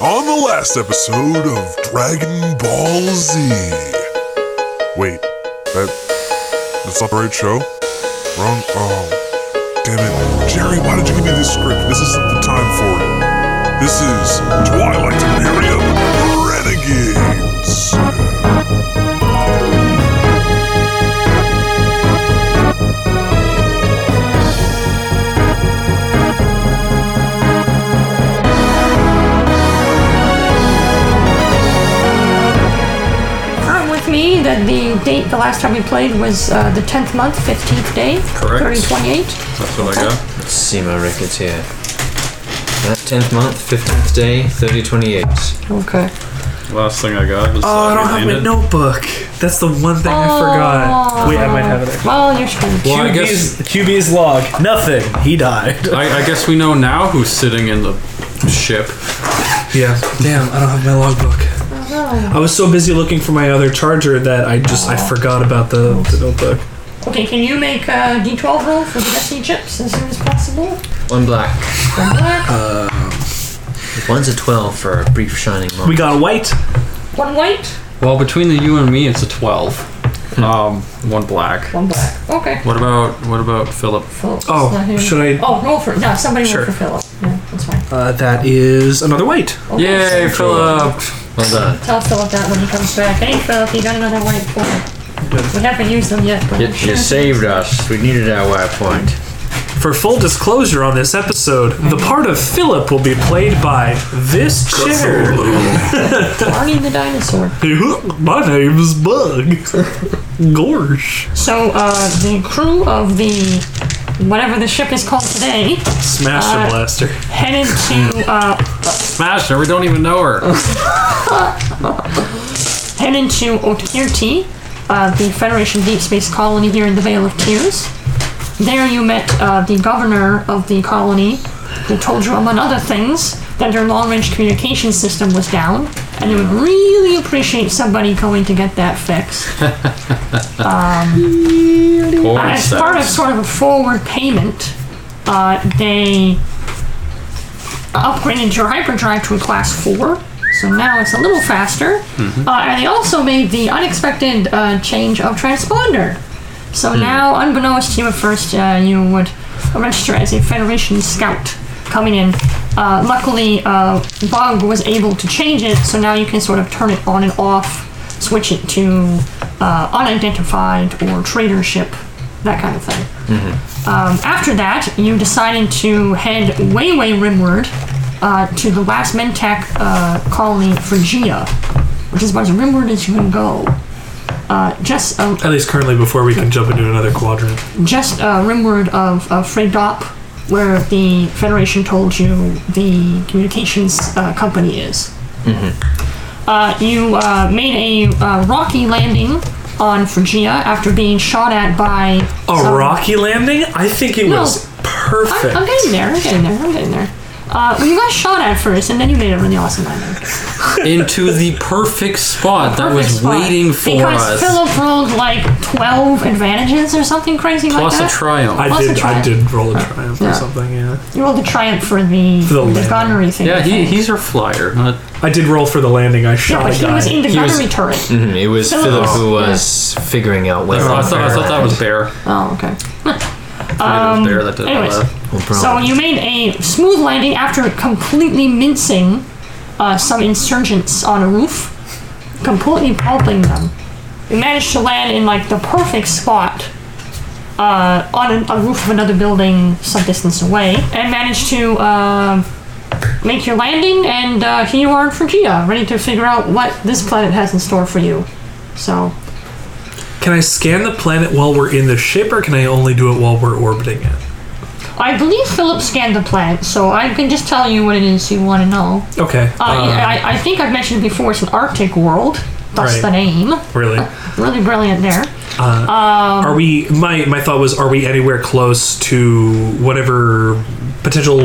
On the last episode of Dragon Ball Z. Wait, that that's not the right show. Wrong. Oh, damn it, Jerry! Why did you give me this script? This isn't the time for it. This is Twilight Imperium Renegades. Confirm with me that the date the last time we played was uh, the 10th month, 15th day, Correct. 3028. That's what I got. Let's see my records here. Tenth month, fifteenth day, thirty twenty-eight. Okay. Last thing I got was. Oh, I don't have my notebook. That's the one thing I forgot. Wait, I might have it. Well, you're screwed. Well, I QB's, guess QB's log. Nothing. He died. I, I guess we know now who's sitting in the ship. Yeah. Damn, I don't have my logbook. I was so busy looking for my other charger that I just I forgot about the, the notebook. Okay, can you make a D12 roll for the Destiny chips as soon as possible? One black. Black, One's a twelve for a brief shining moment. We got a white. one white, Well, between the you and me, it's a twelve. Um, one black. one black. Okay. What about what about Philip? Phillips is Oh, not here. should I- Oh, roll for No, somebody Sure. roll for Philip. Yeah, that's fine. Uh, that is another white. Okay. Yay, Philip! Well done. Tell Philip that when he comes back. Hey, Philip, you got another white for me. We haven't used them yet, but You, I'm sure. you saved us. We needed our white point. For full disclosure on this episode, the part of Philip will be played by this chair. Barney the dinosaur. My name's Bug. Gorsh. So, uh, the crew of the whatever the ship is called today Smasher Uh, blaster. headed to uh, Smash her. We don't even know her. headed to Otkirti, uh, the Federation deep space colony here in the Vale of Tears. There you met uh, the governor of the colony, who told you among other things that their long-range communication system was down, and they would really appreciate somebody going to get that fixed. Poor Uh, as part of Seth. sort of a forward payment, uh, they upgraded your hyperdrive to a class four, so now it's a little faster. Uh, and they also made the unexpected uh, change of transponder. So now, unbeknownst to you at first, uh, you would register as a Federation scout coming in. Uh, luckily, uh, Bug was able to change it, so now you can sort of turn it on and off, switch it to uh, unidentified or traitor ship, that kind of thing. Um, after that, you decided to head way, way rimward uh, to the last Mentec uh, colony, Phrygia, which is about as rimward as you can go. Uh, just a, At least currently, before we can jump into another quadrant. just uh, rimward of, of Freydop, where the Federation told you the communications uh, company is. Mm-hmm. Uh, you uh, made a uh, rocky landing on Phrygia after being shot at by. A some- rocky landing? I think it No. was I'm, perfect. I'm getting there. I'm getting there. I'm getting there. Uh, well, you got shot at first, and then you made a really awesome landing. into the perfect spot that was Perfect spot. waiting for because us. Philip rolled like twelve advantages or something crazy Plus a like that. triumph. I Plus a did. I triumph. did roll a triumph Yeah. or something. Yeah. you rolled a triumph for the, the the, landing. gunnery thing. yeah, I he, think. he's our flyer. not- I did roll for the landing. I Yeah, shot but a he guy. was in the He was- gunnery turret. Mhm, It was Phillips. Philip who was figuring out where. Oh, I, thought, I thought that was Bear. Oh, okay. I think it was Bear that did all Um, anyways. that. So you made a smooth landing after completely mincing uh, some insurgents on a roof, completely pulping them. You managed to land in like the perfect spot uh, on a, a roof of another building some distance away, and managed to uh, make your landing. And uh, here you are in Phrygia, ready to figure out what this planet has in store for you. So Can I scan the planet while we're in the ship, or can I only do it while we're orbiting it? I believe Philip scanned the planet, so I can just tell you what it is you want to know. Okay. Uh, I, I think I've mentioned before it's an Arctic world, thus Right. the name. really? Uh, Really brilliant there. uh-huh. Are we? My my thought was: Are we anywhere close to whatever potential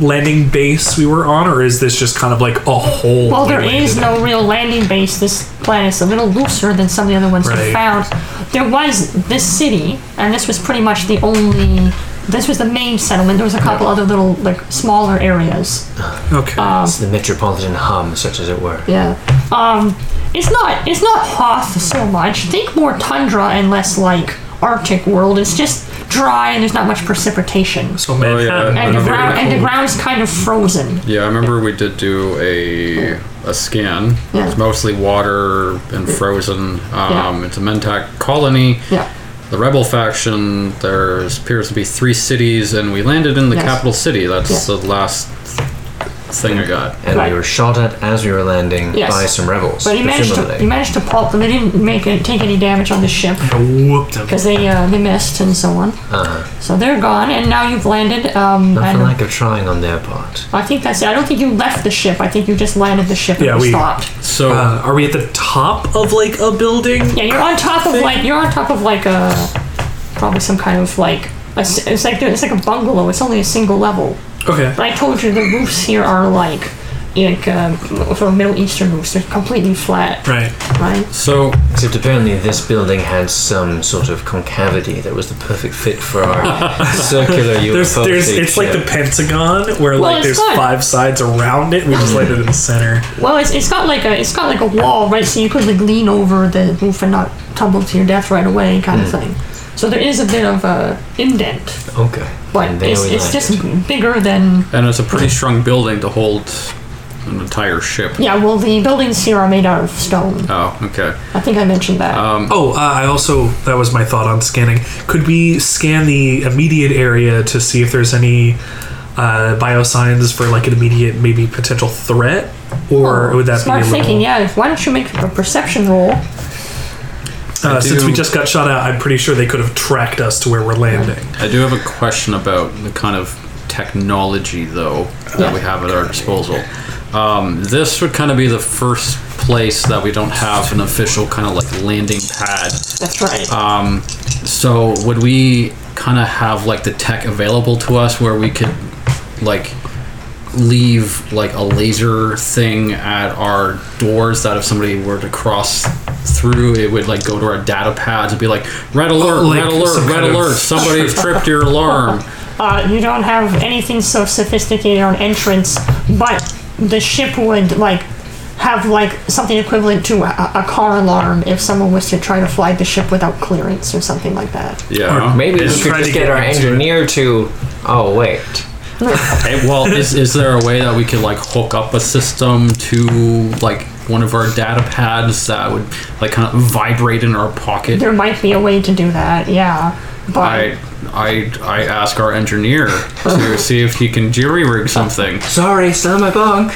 landing base we were on, or is this just kind of like a whole? Well, there is no real landing base. This planet's a little looser than some of the other ones we Right. found. There was this city, and this was pretty much the only this was the main settlement. There was a couple other little like smaller areas. Okay. uh, It's the metropolitan hum, such as it were. Yeah. Um, it's not it's not Hoth so much. Think more tundra and less like Arctic world. It's just dry and there's not much precipitation. so Manhattan. yeah, I And the remember ground that. and the ground's kind of frozen. Yeah, I remember we did do a a scan. Yeah. It's mostly water and frozen. Um, Yeah. It's a Mentak colony. Yeah. The rebel faction. There appears to be three cities, and we landed in the Yes. capital city. That's Yeah. the last thing I got. And Right. we were shot at as we were landing Yes. by some rebels. But he managed to presumably. he managed to pulp them. They didn't make it, take any damage on the ship Whooped him. because they uh, they missed and so on. Uh-huh. So they're gone, and now you've landed. Um, Not I, for don't- lack of trying on their part. I think that's it. I don't think you left the ship. I think you just landed the ship and Yeah, you we- stopped. So Uh, are we at the top of like a building? Yeah, you're on top of Thing. like you're on top of like a probably some kind of like a s it's like it's like a bungalow. It's only a single level. Okay. But I told you the roofs here are like like um, for Middle Eastern roofs. They're completely flat, Right. right? so Except apparently this building had some sort of concavity that was the perfect fit for our circular UFO. There's, there's, shaped it's like the ship. Pentagon where like it's there's good. five sides around it. We just landed in the center. Well, it's, it's got like a it's got like a wall, right? So you could like lean over the roof and not tumble to your death right away, kind of thing. So there is a bit of a indent, Okay. but And there it's, we it's just landed. bigger than and it's a pretty strong building to hold an entire ship. yeah. Well, the buildings here are made out of stone. Oh, okay. I think I mentioned that. Oh, uh, I also that was my thought on scanning. Could we scan the immediate area to see if there's any uh, biosigns for like an immediate maybe potential threat, or would that Oh, Smart be a little, thinking, yeah. Why don't you make a perception roll? Uh, since do- we just got shot out, I'm pretty sure they could have tracked us to where we're landing. I do have a question about the kind of technology, though, that we have at our disposal. Um, this would kind of be the first place that we don't have an official kind of like landing pad. That's right. Uh, So, would we kind of have like the tech available to us where we could like leave like a laser thing at our doors that if somebody were to cross through it would like go to our data pads and be like red alert like red alert some red kind of- alert somebody has tripped your alarm uh, you don't have anything so sophisticated on entrance, but the ship would like have like something equivalent to a, a car alarm if someone was to try to fly the ship without clearance or something like that. Yeah. Maybe we Just could try just to get get our into it. engineer to. Oh wait. Hey, well, is, is there a way that we could like hook up a system to like one of our data pads that would like kind of vibrate in our pocket? There might be a way to do that, yeah. But I I I ask our engineer to see if he can jury rig something. Sorry, still in my bunk.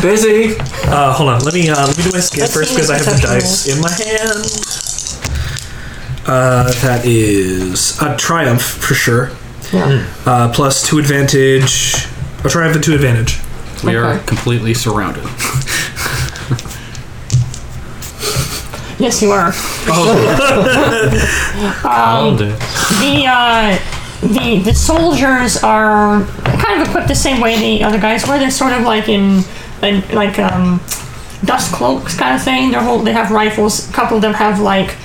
Busy. Uh, hold on, let me uh, let me do my scan Let's first see because I have the perception dice in my hand. Uh, that is a triumph for sure. yeah. Uh, plus two advantage. A triumph and two advantage. We are Okay. completely surrounded. yes, you are. The uh, the the soldiers are kind of equipped the same way the other guys were. They're sort of like in, in like um, dust cloaks kind of thing. They're hold, they have rifles. A couple of them have like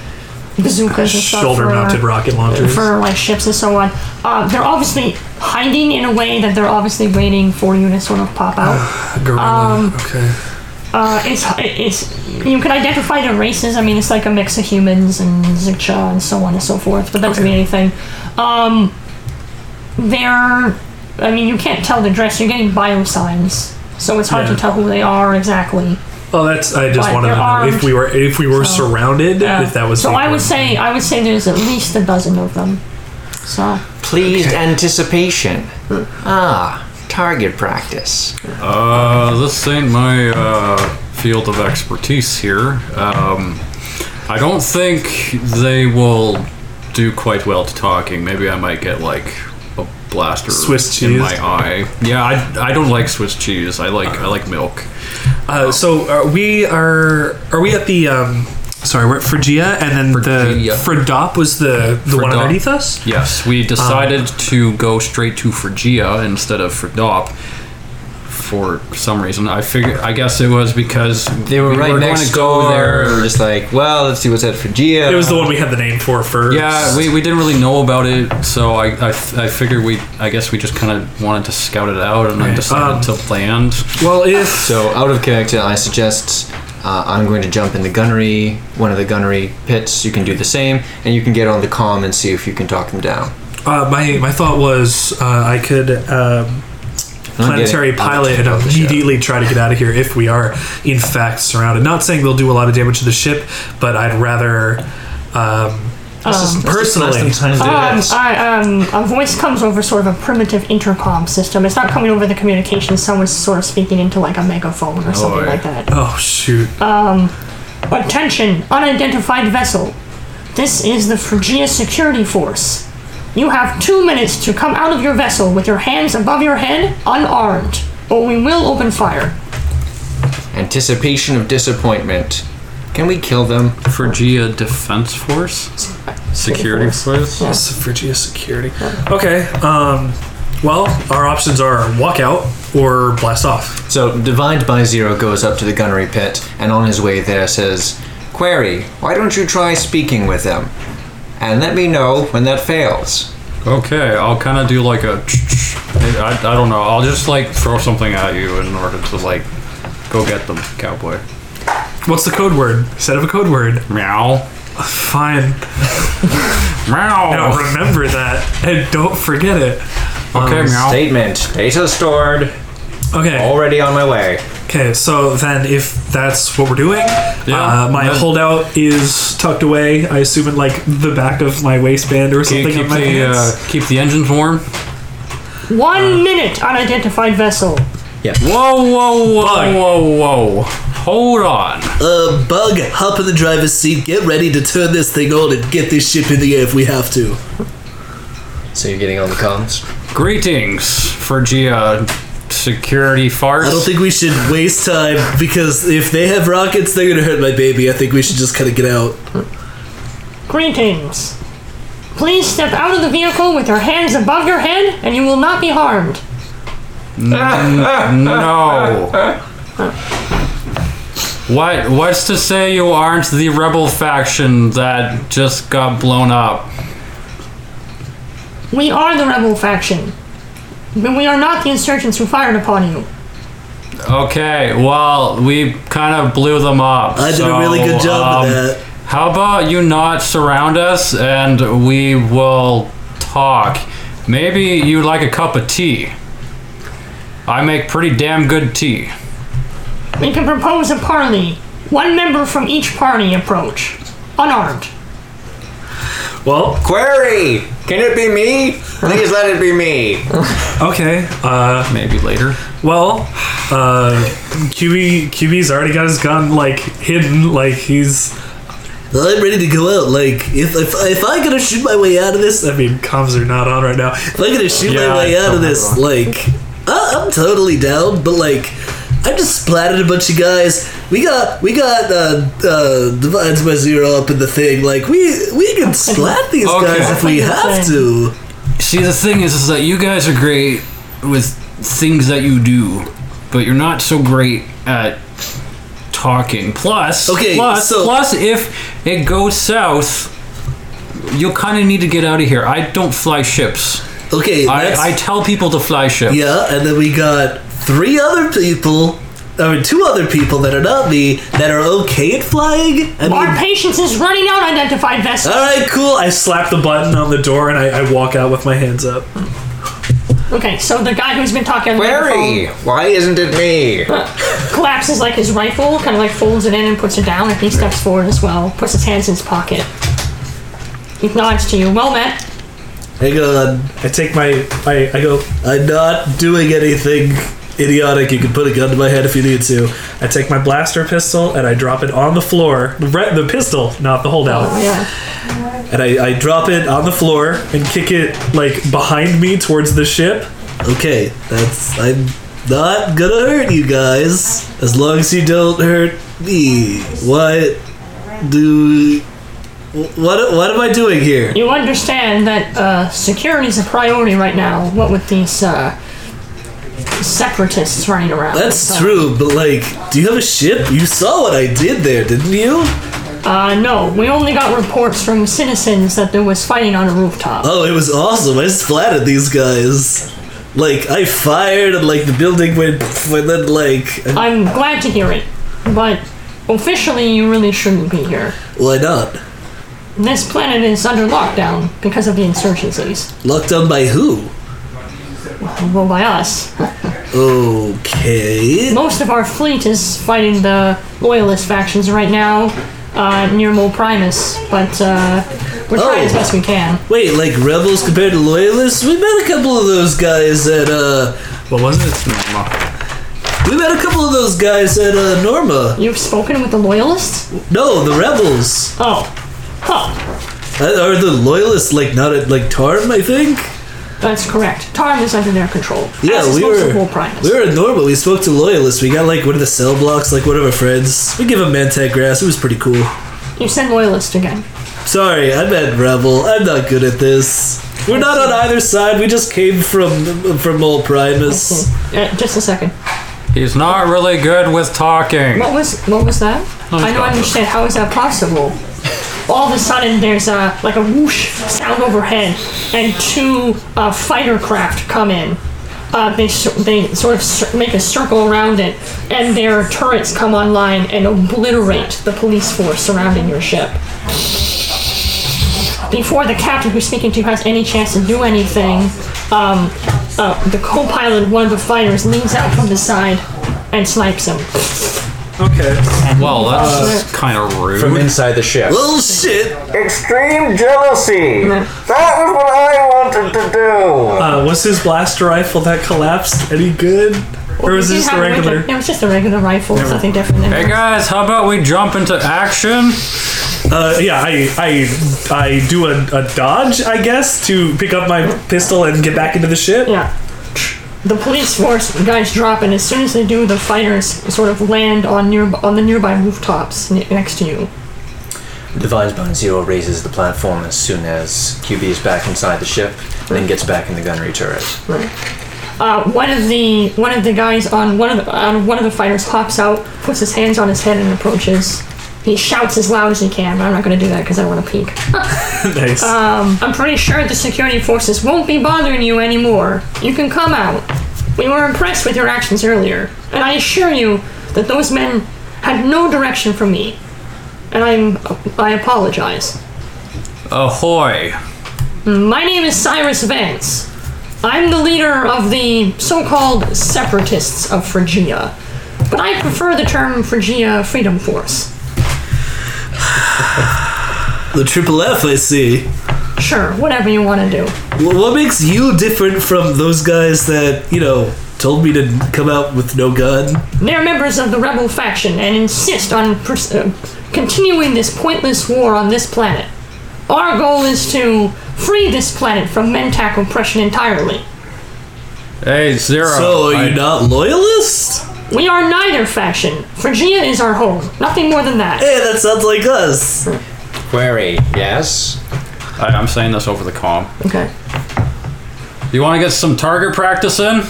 bazookas and stuff Shoulder mounted for, rocket launchers. for like ships and so on. Uh, they're obviously hiding in a way that they're obviously waiting for you to sort of pop out. Gorilla. um, okay. Uh, it's it's you can identify the races. I mean, it's like a mix of humans and Zicha and so on and so forth. But that doesn't mean anything. Um, they're. I mean, you can't tell the dress. You're getting bio signs, so it's hard Yeah. to tell who they are exactly. Well, that's. I just But wanted to they're know if armed, we were if we were surrounded. Uh, if that was. so, the- I would say I would say there's at least a dozen of them. So Pleased anticipation. Hmm. Ah, target practice. Uh, this ain't my uh, field of expertise here. Um, I don't think they will do quite well to talking. Maybe I might get like a blaster Swiss in cheese. my eye. Yeah, I, I don't like Swiss cheese. I like I like milk. Uh, so uh, we are. Are we at the? Um, sorry, we're at Phrygia, and then Phrygia. the Fridop was the the one Fridop. underneath us. Yes, we decided to go straight to Phrygia instead of Phrdop for some reason. I figure. I guess it was because They were we right going next to door. We were just like, well, let's see what's at Phrygia. It was the one we had the name for first. Yeah, we, we didn't really know about it, so I, I, I figured we I guess we just kind of wanted to scout it out and then Right, decided um, to land. Well, if So out of character, I suggest uh, I'm going to jump in the gunnery, one of the gunnery pits. You can do the same, and you can get on the comm and see if you can talk them down. uh, my my thought was uh, I could um, I'm planetary getting- I'm pilot and getting off the ship. immediately try to get out of here if we are in fact surrounded. Not saying they'll do a lot of damage to the ship, but I'd rather. Um, personally, Um, I, um, a voice comes over sort of a primitive intercom system. It's not coming over the communication. Someone's sort of speaking into like a megaphone or something yeah. like that. oh shoot! Attention, unidentified vessel. This is the Phrygia Security Force. You have two minutes to come out of your vessel with your hands above your head, unarmed, or we will open fire. Anticipation of disappointment. Can we kill them? Phrygia Defense Force, Security Force. Phrygia security. Okay. Um, well, our options are walk out or blast off. So divined by zero goes up to the gunnery pit, and on his way there says, "Query, why don't you try speaking with them, and let me know when that fails." Okay, I'll kind of do like a. I, I don't know. I'll just like throw something at you in order to like go get them, cowboy. What's the code word? Set up a code word. Meow. Fine. Now Meow. remember that and don't forget it. Okay, meow. Statement. Data stored. Okay. Already on my way. Okay, so then if that's what we're doing, Yeah. uh, my Then- holdout is tucked away, I assume in like the back of my waistband or Keep, something. keep on my the hands. uh, keep the engines warm. One minute, unidentified vessel. Whoa, whoa, whoa, Bug. whoa, whoa! Hold on. Uh, bug, hop in the driver's seat, get ready to turn this thing on and get this ship in the air if we have to. So you're getting on the comms. Greetings, Phrygia security farce. I don't think we should waste time because if they have rockets, they're gonna hurt my baby. I think we should just kind of get out. Greetings. Please step out of the vehicle with your hands above your head and you will not be harmed. no. What? What's to say you aren't the rebel faction that just got blown up? We are the rebel faction. But we are not the insurgents who fired upon you. Okay, well, we kind of blew them up. I did so, a really good job um, of that. How about you not surround us and we will talk? Maybe you like a cup of tea. I make pretty damn good tea. We can propose a parley. One member from each party approach. Unarmed. well, Query! Can it be me? Please let it be me. okay. Uh, Maybe later. well, uh, QB QB's already got his gun like hidden, like he's. I'm ready to go out. Like if if, if I'm gonna shoot my way out of this, I mean, comms are not on right now. if I'm gonna shoot Yeah, my way I out don't of this, like I, I'm totally down. But like I just splatted a bunch of guys. We got we got uh, uh, divides by zero up in the thing. Like we we can splat these Okay. guys if we have to. See, the thing is, is that you guys are great with things that you do, but you're not so great at talking. Plus, Okay, plus, so- plus, if it goes south, you'll kind of need to get out of here. I don't fly ships. Okay, that's- I, I tell people to fly ships. Yeah, and then we got three other people, I mean, two other people that are not me that are okay at flying. I Our mean, patience is running out, identified vessel. all right, cool. I I s- slap the button on the door and I, I walk out with my hands up. Okay, so the guy who's been talking on the Query! microphone Why isn't it me? collapses like his rifle, kind of like folds it in and puts it down. And he steps forward as well, puts his hands in his pocket. He nods to you. Well met. hang on. I take my I, I go I'm not doing anything idiotic. You can put a gun to my head if you need to. I take my blaster pistol and I drop it on the floor. The, re- the pistol, not the holdout. Oh, yeah. And I, I drop it on the floor and kick it like behind me towards the ship. Okay, that's I'm not gonna hurt you guys as long as you don't hurt me. What do? What what am I doing here? You understand that uh, security is a priority right now. What with these uh, separatists running around. That's So- true, but like, do you have a ship? You saw what I did there, didn't you? Uh, no, we only got reports from citizens that there was fighting on a rooftop. Oh, it was awesome. I just flattered these guys. Like, I fired and like the building went, and then like, I'm glad to hear it, but officially you really shouldn't be here. why not? This planet is under lockdown because of the insurgencies. Locked down by who? Well, by us. Okay. Most of our fleet is fighting the loyalist factions right now uh, near Mol Primus, but uh, we're trying Oh. as best we can. Wait, like rebels compared to loyalists? We met a couple of those guys at uh, What was it? we met a couple of those guys at uh, Norma. You've spoken with the loyalists? No, the rebels. Oh. Huh. Uh, Are the loyalists like not at like Tarm? I think. That's correct. Tarn is under their control. Yeah, as is we most of were- Mol Primus. We were at Norma. We spoke to loyalists. We got like one of the cell blocks, like one of our friends. We gave him Mantac grass. It was pretty cool. You said loyalist again. Sorry, I meant rebel. I'm not good at this. We're not on either side. We just came from from old Primus. Uh, just a second. He's not really good with talking. What was what was that? I don't understand. How is that possible? All of a sudden, there's a like a whoosh sound overhead, and two uh, fighter craft come in. Uh, they s- they sort of cir- make a circle around it, and their turrets come online and obliterate the police force surrounding your ship. Before the captain who's speaking to you has any chance to do anything, um, uh, the co-pilot, one of the fighters, leans out from the side and snipes him. Okay. Well, that's Uh, kind of rude. From inside the ship. Oh shit! Extreme jealousy! That was what I wanted to do! Uh, was his blaster rifle that collapsed any good? Or was it We just did a have a regular? It was just a regular rifle. It's nothing different. Than hey guys, how about we jump into action? Uh, yeah, I I I do a, a dodge, I guess, to pick up my pistol and get back into the ship. Yeah. The police force the guys drop, and as soon as they do, the fighters sort of land on near on the nearby rooftops ne- next to you. Devised by Zero raises the platform as soon as QB is back inside the ship, then gets back in the gunnery turret. Uh, one of the one of the guys on one of the on one of the fighters pops out, puts his hands on his head, and approaches. He shouts as loud as he can, but I'm not going to do that because I want to peek. nice. I'm pretty sure the security forces won't be bothering you anymore. You can come out. We were impressed with your actions earlier, and I assure you that those men had no direction from me. And I'm I apologize. Ahoy. My name is Cyrus Vance. I'm the leader of the so-called separatists of Phrygia, but I prefer the term Phrygia Freedom Force. The triple F I see. Sure, whatever you want to do. Wh- What makes you different from those guys that you know told me to come out with no gun? They're members of the rebel faction and insist on pers- uh, continuing this pointless war on this planet. Our goal is to free this planet from Mentak oppression entirely. Hey, Zero. So are I- you not loyalist? We are neither faction. Phrygia is our home, nothing more than that. Hey, that sounds like us. Query, yes? I, I'm saying this over the comm. Okay. You want to get some target practice in?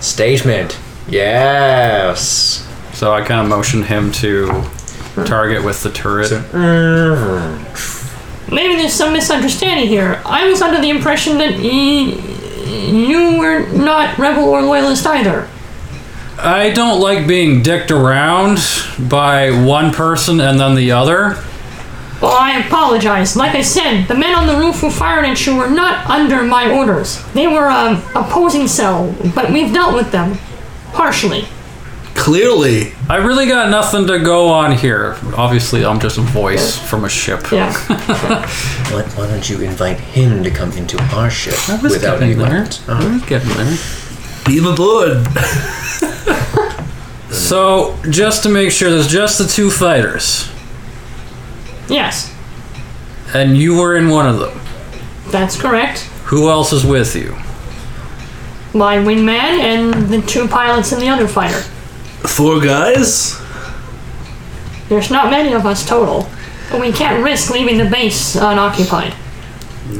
Statement, yes! So I kind of motioned him to target with the turret. Maybe there's some misunderstanding here. I was under the impression that y- you were not rebel or loyalist either. I don't like being dicked around by one person and then the other. Well, I apologize. Like I said, the men on the roof who fired at you were not under my orders. They were um, opposing cell, but we've dealt with them harshly. Clearly, I really got nothing to go on here. Obviously, I'm just a voice from a ship. Yeah. Why, why don't you invite him to come into our ship I was without getting you? there. Oh. I was getting there. beam aboard. So, just to make sure, there's just the two fighters, yes, and you were in one of them. that's correct. Who else is with you? My wingman and the two pilots and the other fighter. Four guys. There's not many of us total, but we can't risk leaving the base unoccupied.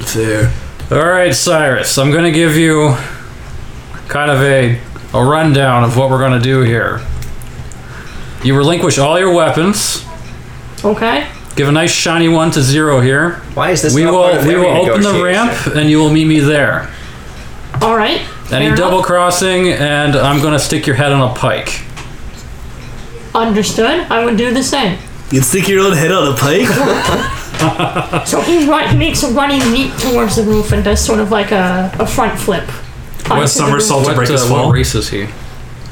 Fair. All right, Cyrus, I'm going to give you kind of a a rundown of what we're going to do here. You relinquish all your weapons. Okay. Give a nice shiny one to zero here. Why is this? We not part will of we every will open the negotiation? ramp, and you will meet me there. All right. Any Fair double enough. crossing, and I'm going to stick your head on a pike. Understood. I would do the same. You'd stick your own head on a pike? So he, run, he makes a running leap towards the roof and does sort of like a, a front flip. onto the somersault? roof. To What, break uh, his fall? what race is he?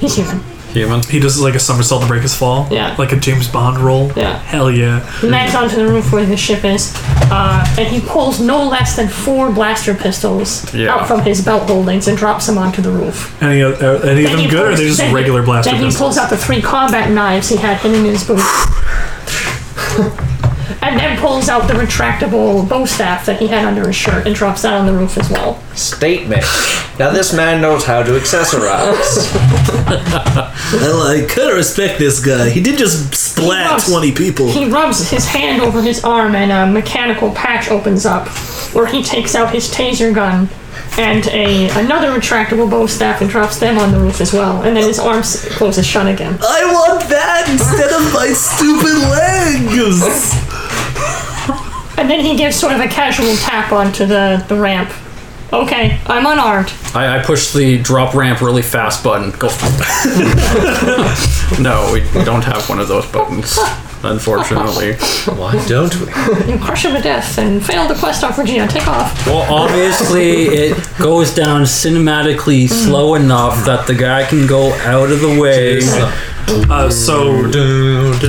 He's human. Human. He does like a somersault to break his fall. Yeah. Like a James Bond roll. Yeah. Hell yeah. He mags onto the roof where the ship is, uh, and he pulls no less than four blaster pistols Yeah. out from his belt holdings and drops them onto the roof. Any of, are any of Then them he good, or are pulls- they just then he- regular blaster Then he pistols? pulls out the three combat knives he had hidden in his boot. and then pulls out the retractable bow staff that he had under his shirt and drops that on the roof as well. Statement. Now this man knows how to accessorize. I like, kinda respect this guy. He did just splat rubs- 20 people. He rubs his hand over his arm and a mechanical patch opens up where he takes out his taser gun and a another retractable bow staff and drops them on the roof as well. And then his arm s- closes shut again. I want that instead of my stupid legs! And then he gives sort of a casual tap onto the, the ramp. Okay, I'm unarmed. I, I push the drop ramp really fast button. Go. no, we don't have one of those buttons, unfortunately. Why don't we? You crush him to death and fail the quest on Phrygia. Take off. Well, obviously, it goes down cinematically slow enough that the guy can go out of the way. Uh, so,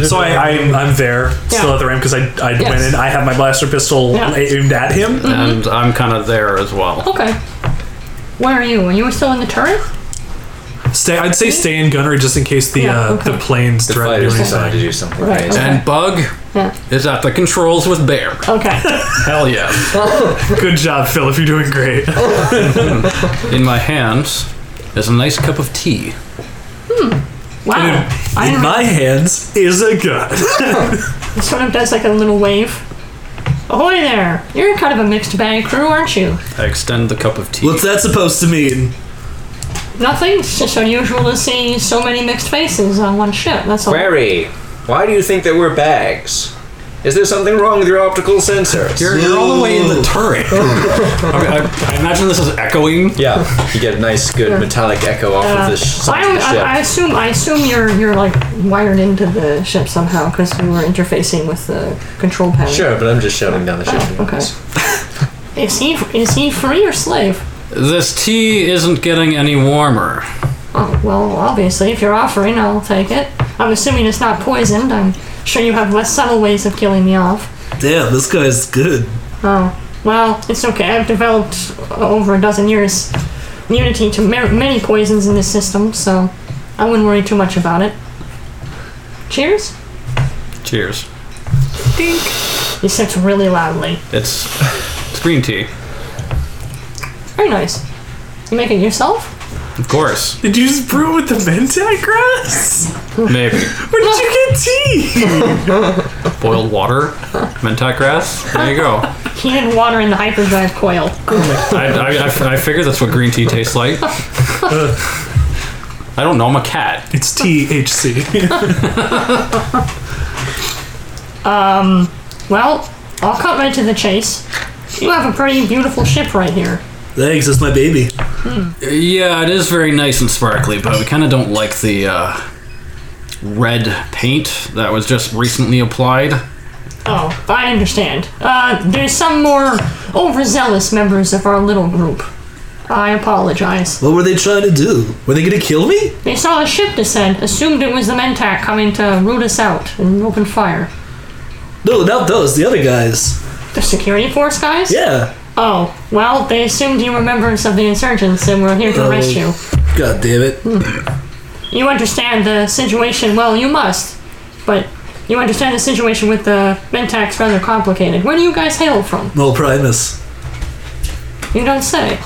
so I, I I'm there still Yeah. at the ramp because I I Yes. went in. I have my blaster pistol Yeah. aimed at him. And I'm kind of there as well. Okay. Where are you? Are you still in the turret? Stay. I'd say stay in gunnery just in case the Yeah, uh, okay. the planes The try to do fighters decided to anything. do something Right. crazy. And Bug Yeah. is at the controls with Bear. Okay. Hell yeah. Good job, Phil. If you're doing great. In my hands is a nice cup of tea. Wow. I in didn't my hands is a gun. It sort of does like a little wave. Ahoy there! You're kind of a mixed bag crew, aren't you? I extend the cup of tea. What's that supposed to mean? Nothing. It's just unusual to see so many mixed faces on one ship. That's all. Query. Why do you think that we're bags? Is there something wrong with your optical sensors? You're, you're all the way in the turret. I, I- I imagine this is echoing. yeah, you get a nice, good metallic echo off Uh, of this sh- I, side of the ship. I, I assume I assume you're you're like wired into the ship somehow because we were interfacing with the control panel. sure, but I'm just shouting down the ship. Oh, Okay. is he is he free or slave? This tea isn't getting any warmer. Oh well, obviously, if you're offering, I'll take it. I'm assuming it's not poisoned. I'm sure you have less subtle ways of killing me off. Damn, this guy's good. Oh, well, it's okay. I've developed over a dozen years immunity to ma- many poisons in this system, so I wouldn't worry too much about it. Cheers? Cheers. He sips really loudly. It's, it's green tea. Very nice. You make it yourself? Of course. Did you just brew it with the mentai grass? Maybe. Where did you get tea? boiled water, mentai grass. There you go. Heated water in the hyperdrive coil. I, I, I, I figure that's what green tea tastes like. I don't know. I'm a cat. It's THC. Well, I'll cut right to the chase. You have a pretty beautiful ship right here. Thanks, that's my baby. Yeah, it is very nice and sparkly, but we kind of don't like the uh, red paint that was just recently applied. Oh, I understand. Uh, there's some more overzealous members of our little group. I apologize. What were they trying to do? Were they gonna kill me? They saw a ship descend, assumed it was the Mentak coming to root us out and open fire. No, not those, the other guys. The security force guys? Yeah. Oh, well, they assumed you were members of the insurgents and were here to Oh. arrest you. God damn it. You understand the situation well, you must. But you understand the situation with the Mentak's rather complicated. Where do you guys hail from? Well, Primus. You don't say.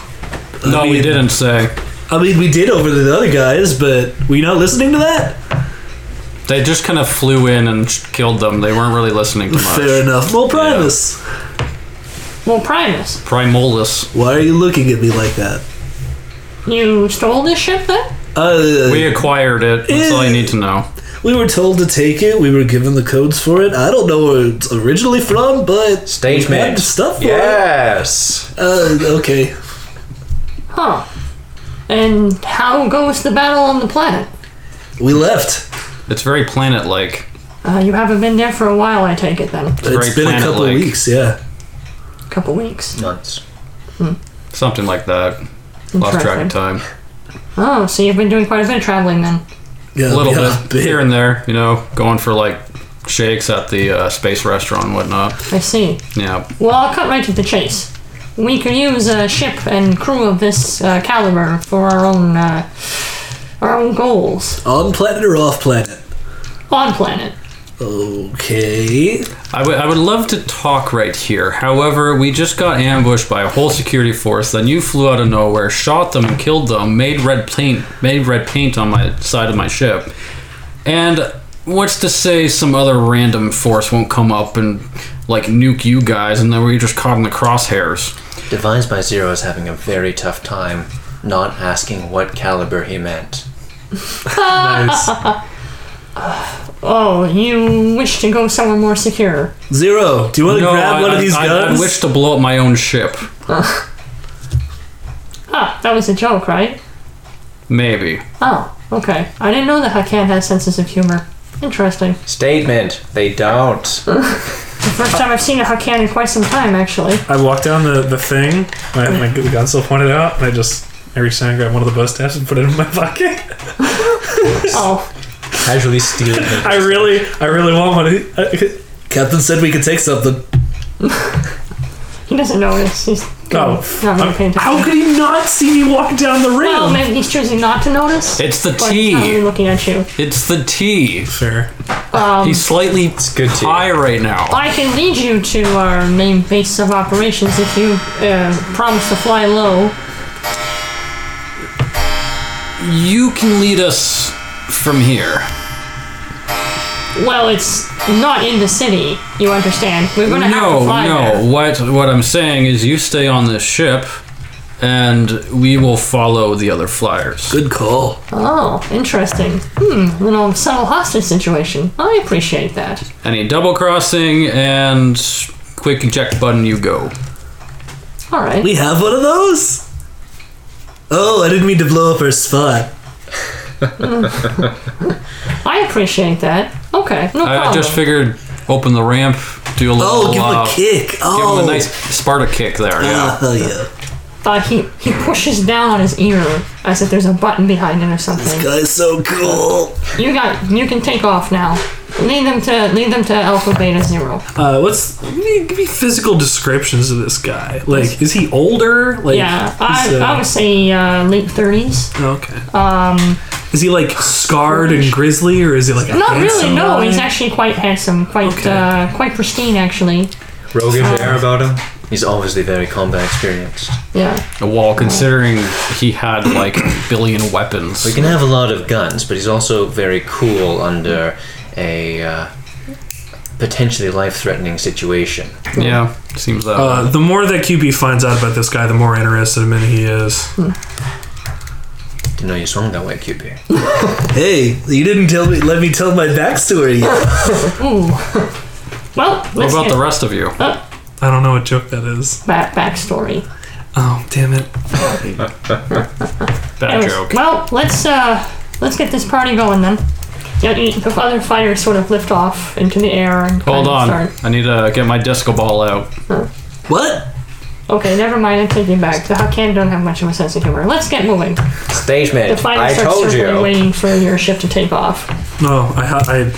No, we mean- didn't say. I mean, we did over to the other guys, but were you not listening to that? They just kind of flew in and sh- killed them. They weren't really listening to much. Fair enough. Well, Primus. Well, Primus, Primolus. Why are you looking at me like that? you stole this ship then? Uh, We acquired it. That's all you need to know. we were told to take it. We were given the codes for it. I don't know where it's originally from, but Stage we had mix. the stuff for it. Yes. Uh, okay. Huh. And how goes the battle on the planet? We left. It's very planet-like. Uh, you haven't been there for a while, I take it then. very it's been a couple planet-like. weeks, yeah. A couple weeks. Nuts. Something like that. Lost track of time. Oh, so you've been doing quite a bit of traveling then. yeah A little yeah, bit here and there, you know, going for like shakes at the uh, space restaurant and whatnot. I see. Yeah. Well, I'll cut right to the chase. We could use a ship and crew of this uh, caliber for our own uh, our own goals On planet or off planet? on planet. Okay. I would I would love to talk right here. However, we just got ambushed by a whole security force. Then you flew out of nowhere, shot them, and killed them. Made red paint, made red paint on my side of my ship. And what's to say some other random force won't come up and like nuke you guys, and then we're just caught in the crosshairs. Devised by Zero is having a very tough time not asking what caliber he meant. Nice. Oh, you wish to go somewhere more secure. Zero, do you want to grab I, one I- of these I- guns? I wish to blow up my own ship. Ah, that was a joke, right? Maybe. Oh, okay. I didn't know that Hakan had senses of humor. Interesting. Statement. They don't. First time I've seen a Hakan in quite some time, actually. I walked down the, the thing, my, my gun still pointed out, and I just, I reached down and grabbed one of the bow staffs and put it in my pocket. Oh, Casually stealing. them. I really, I really want one. of the- uh, Captain said we could take something. he doesn't notice. He's No. not really paying attention. How could he not see me walk down the rim? Well, maybe he's choosing not to notice. It's the but he's not really T. looking at you. It's the T. Fair. Um, He's slightly good tea. high right now. I can lead you to our main base of operations if you uh, promise to fly low. You can lead us from here. Well, it's not in the city, you understand. We're gonna have to No, fly no. there. What what I'm saying is, you stay on this ship, and we will follow the other flyers. Good call. Oh, interesting. Hmm, little subtle hostage situation. I appreciate that. Any double crossing and quick eject button, you go. All right. We have one of those? Oh, I didn't mean to blow up our spot. I appreciate that. Okay, no problem. I, I just figured, open the ramp, do a little. Oh, give him uh, a kick. Give Oh, him a nice Sparta kick there. Yeah. Ah, hell yeah. uh, he he pushes down on his ear as if there's a button behind it or something. Guy's so cool. You got you can take off now. Lead them to lead them to Alpha Beta Zero. Uh, what's give me, give me physical descriptions of this guy? Like, is he older? Like, Yeah, is, I, uh, I would say uh, late thirties. okay. Um, is he like scarred and grizzly, or is he like a Not really. handsome No, guy? he's actually quite handsome, quite Okay. uh, quite pristine, actually. Rogan there about him. He's obviously very combat experienced. Yeah. Well, considering he had like a billion weapons. He can have a lot of guns, but he's also very cool under a uh, potentially life-threatening situation. Yeah, seems that. Uh, the more that QB finds out about this guy, the more interested in he is. Hmm. Didn't know you swung that way, QB. Hey, you didn't tell me. Let me tell my backstory yet. Ooh. Well, what let's about get the rest of you? I don't know what joke that is. back backstory. Oh, damn it! Bad Anyways, joke. Well, let's uh, let's get this party going then. Yeah, the the other fighters sort of lift off into the air and kind Hold of on. start. I need to get my disco ball out. What? Okay, never mind. I'm taking it back. The Hakan don't have much of a sense of humor. Let's get moving. Stage The mate, fighters I start told circling, you. waiting for your ship to take off. No, Oh, I ha- I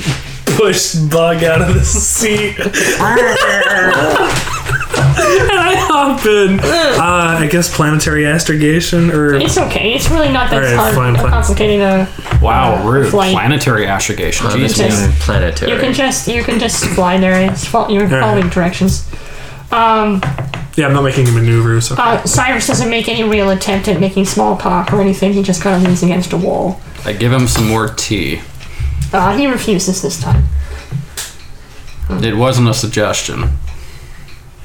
pushed Bug out of the seat, and I hop in. Uh, I guess planetary astrogation, or It's okay. It's really not that Alright, hard, fine, fine. complicated. Uh, Wow, rude. flight. Planetary astrogation. Jeez. just- Mm, You can Planetary. just you can just fly there. It's fol- you're following directions. Um, yeah, I'm not making a maneuver. So uh, Cyrus doesn't make any real attempt at making small talk or anything. He just kind of leans against a wall. I give him some more tea. Uh, he refuses this time. It wasn't a suggestion.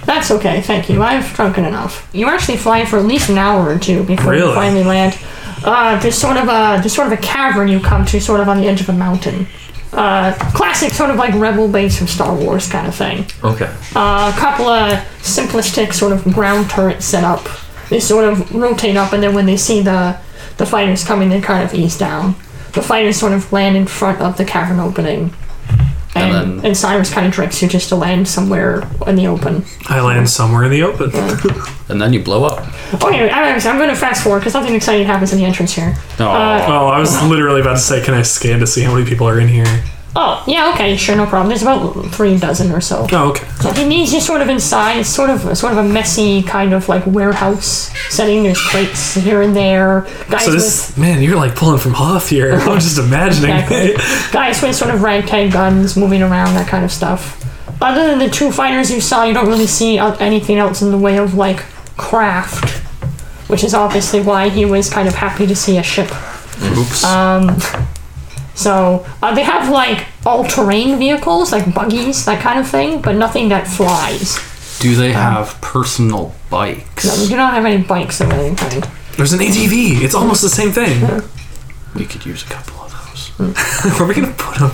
That's okay. Thank you. I've drunken enough. You actually fly for at least an hour or two before you Really? finally land. uh, there's sort of a there's sort of a cavern you come to, sort of on the edge of a mountain. Uh, classic sort of like rebel base from Star Wars kind of thing. Okay. Uh, a couple of simplistic sort of ground turrets set up. They sort of rotate up, and then when they see the the fighters coming, they kind of ease down. The fighters sort of land in front of the cavern opening, and And and, then- Cyrus kind of directs you just to land somewhere in the open. I land somewhere in the open. and then you blow up. Oh, anyway, I, I'm going to fast forward because something exciting happens in the entrance here. No, Oh, I was literally about to say, can I scan to see how many people are in here? Oh, yeah, okay, sure, no problem. There's about three dozen or so. Oh, okay. So he needs you sort of inside. It's sort of sort of a messy kind of like warehouse setting. There's crates here and there. Guys So this man, you're like pulling from Hoth here. I'm just imagining. Exactly. guys with sort of ragtag guns moving around, that kind of stuff. Other than the two fighters you saw, you don't really see o- anything else in the way of like craft, which is obviously why he was kind of happy to see a ship. oops. So uh, they have like all-terrain vehicles, like buggies, that kind of thing, but nothing that flies. Do they have personal bikes? No, we do not have any bikes of any kind. There's an ATV. It's almost the same thing. We could use a couple of those Where are we gonna put them?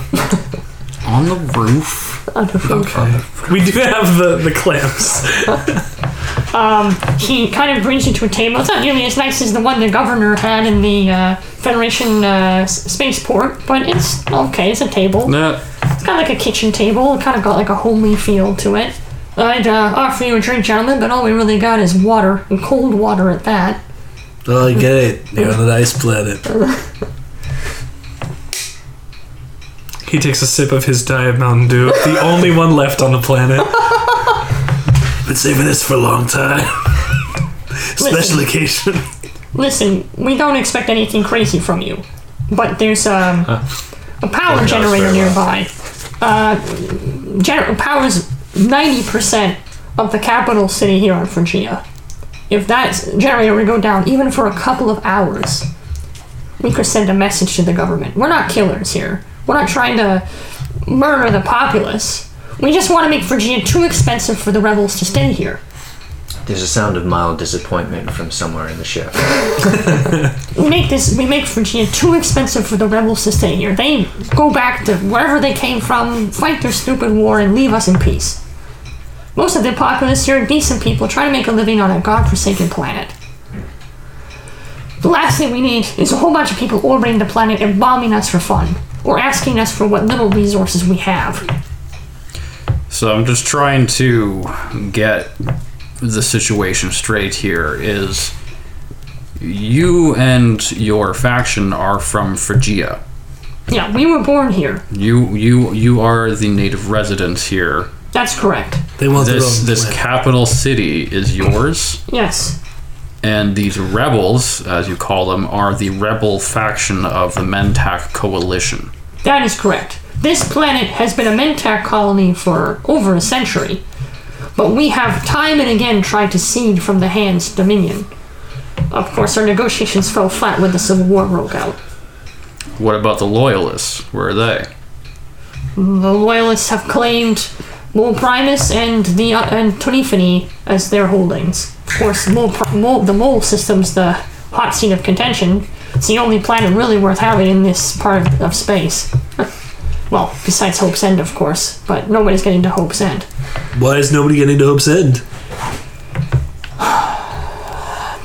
on the roof. We do have the the clamps. He kind of brings you to a table. It's not nearly as nice as the one the governor had in the uh, Federation uh, s- spaceport, but it's okay. It's a table. Nah, It's kind of like a kitchen table. It kind of got like a homely feel to it. I'd uh, offer you a drink, gentlemen, but all we really got is water and cold water at that. Oh, I get it. You're on an ice planet. He takes a sip of his diet Mountain Dew, the only one left on the planet. Been saving this for a long time. Special occasion. Listen, we don't expect anything crazy from you, but there's um, a power that's generator very well. nearby. Uh, gener- powers 90% of the capital city here on Phrygia. If that s- generator were to go down, even for a couple of hours, we could send a message to the government. We're not killers here. We're not trying to murder the populace. We just want to make Phrygia too expensive for the rebels to stay here. There's a sound of mild disappointment from somewhere in the ship. we make this we make Phrygia too expensive for the rebels to stay here. They go back to wherever they came from, fight their stupid war, and leave us in peace. Most of the populace here are decent people trying to make a living on a godforsaken planet. The last thing we need is a whole bunch of people orbiting the planet and bombing us for fun, or asking us for what little resources we have. So I'm just trying to get the situation straight here is you and your faction are from Phrygia. Yeah, we were born here. You you you are the native residents here. That's correct. They want This their own this planet. capital city is yours Yes. and these rebels as you call them are the rebel faction of the Mentak coalition. That is correct. This planet has been a Mentak colony for over a century, but we have time and again tried to cede from the hands dominion. Of course, our negotiations fell flat when the Civil War broke out. What about the loyalists? Where are they? The Loyalists have claimed Mol Primus and the uh, and Tonifani as their holdings. Of course, Mol, Pri- Mol, the Mol system's the hot seat of contention. It's the only planet really worth having in this part of, of space. well, besides Hope's End, of course, but nobody's getting to Hope's End. Why is nobody getting to Hope's End?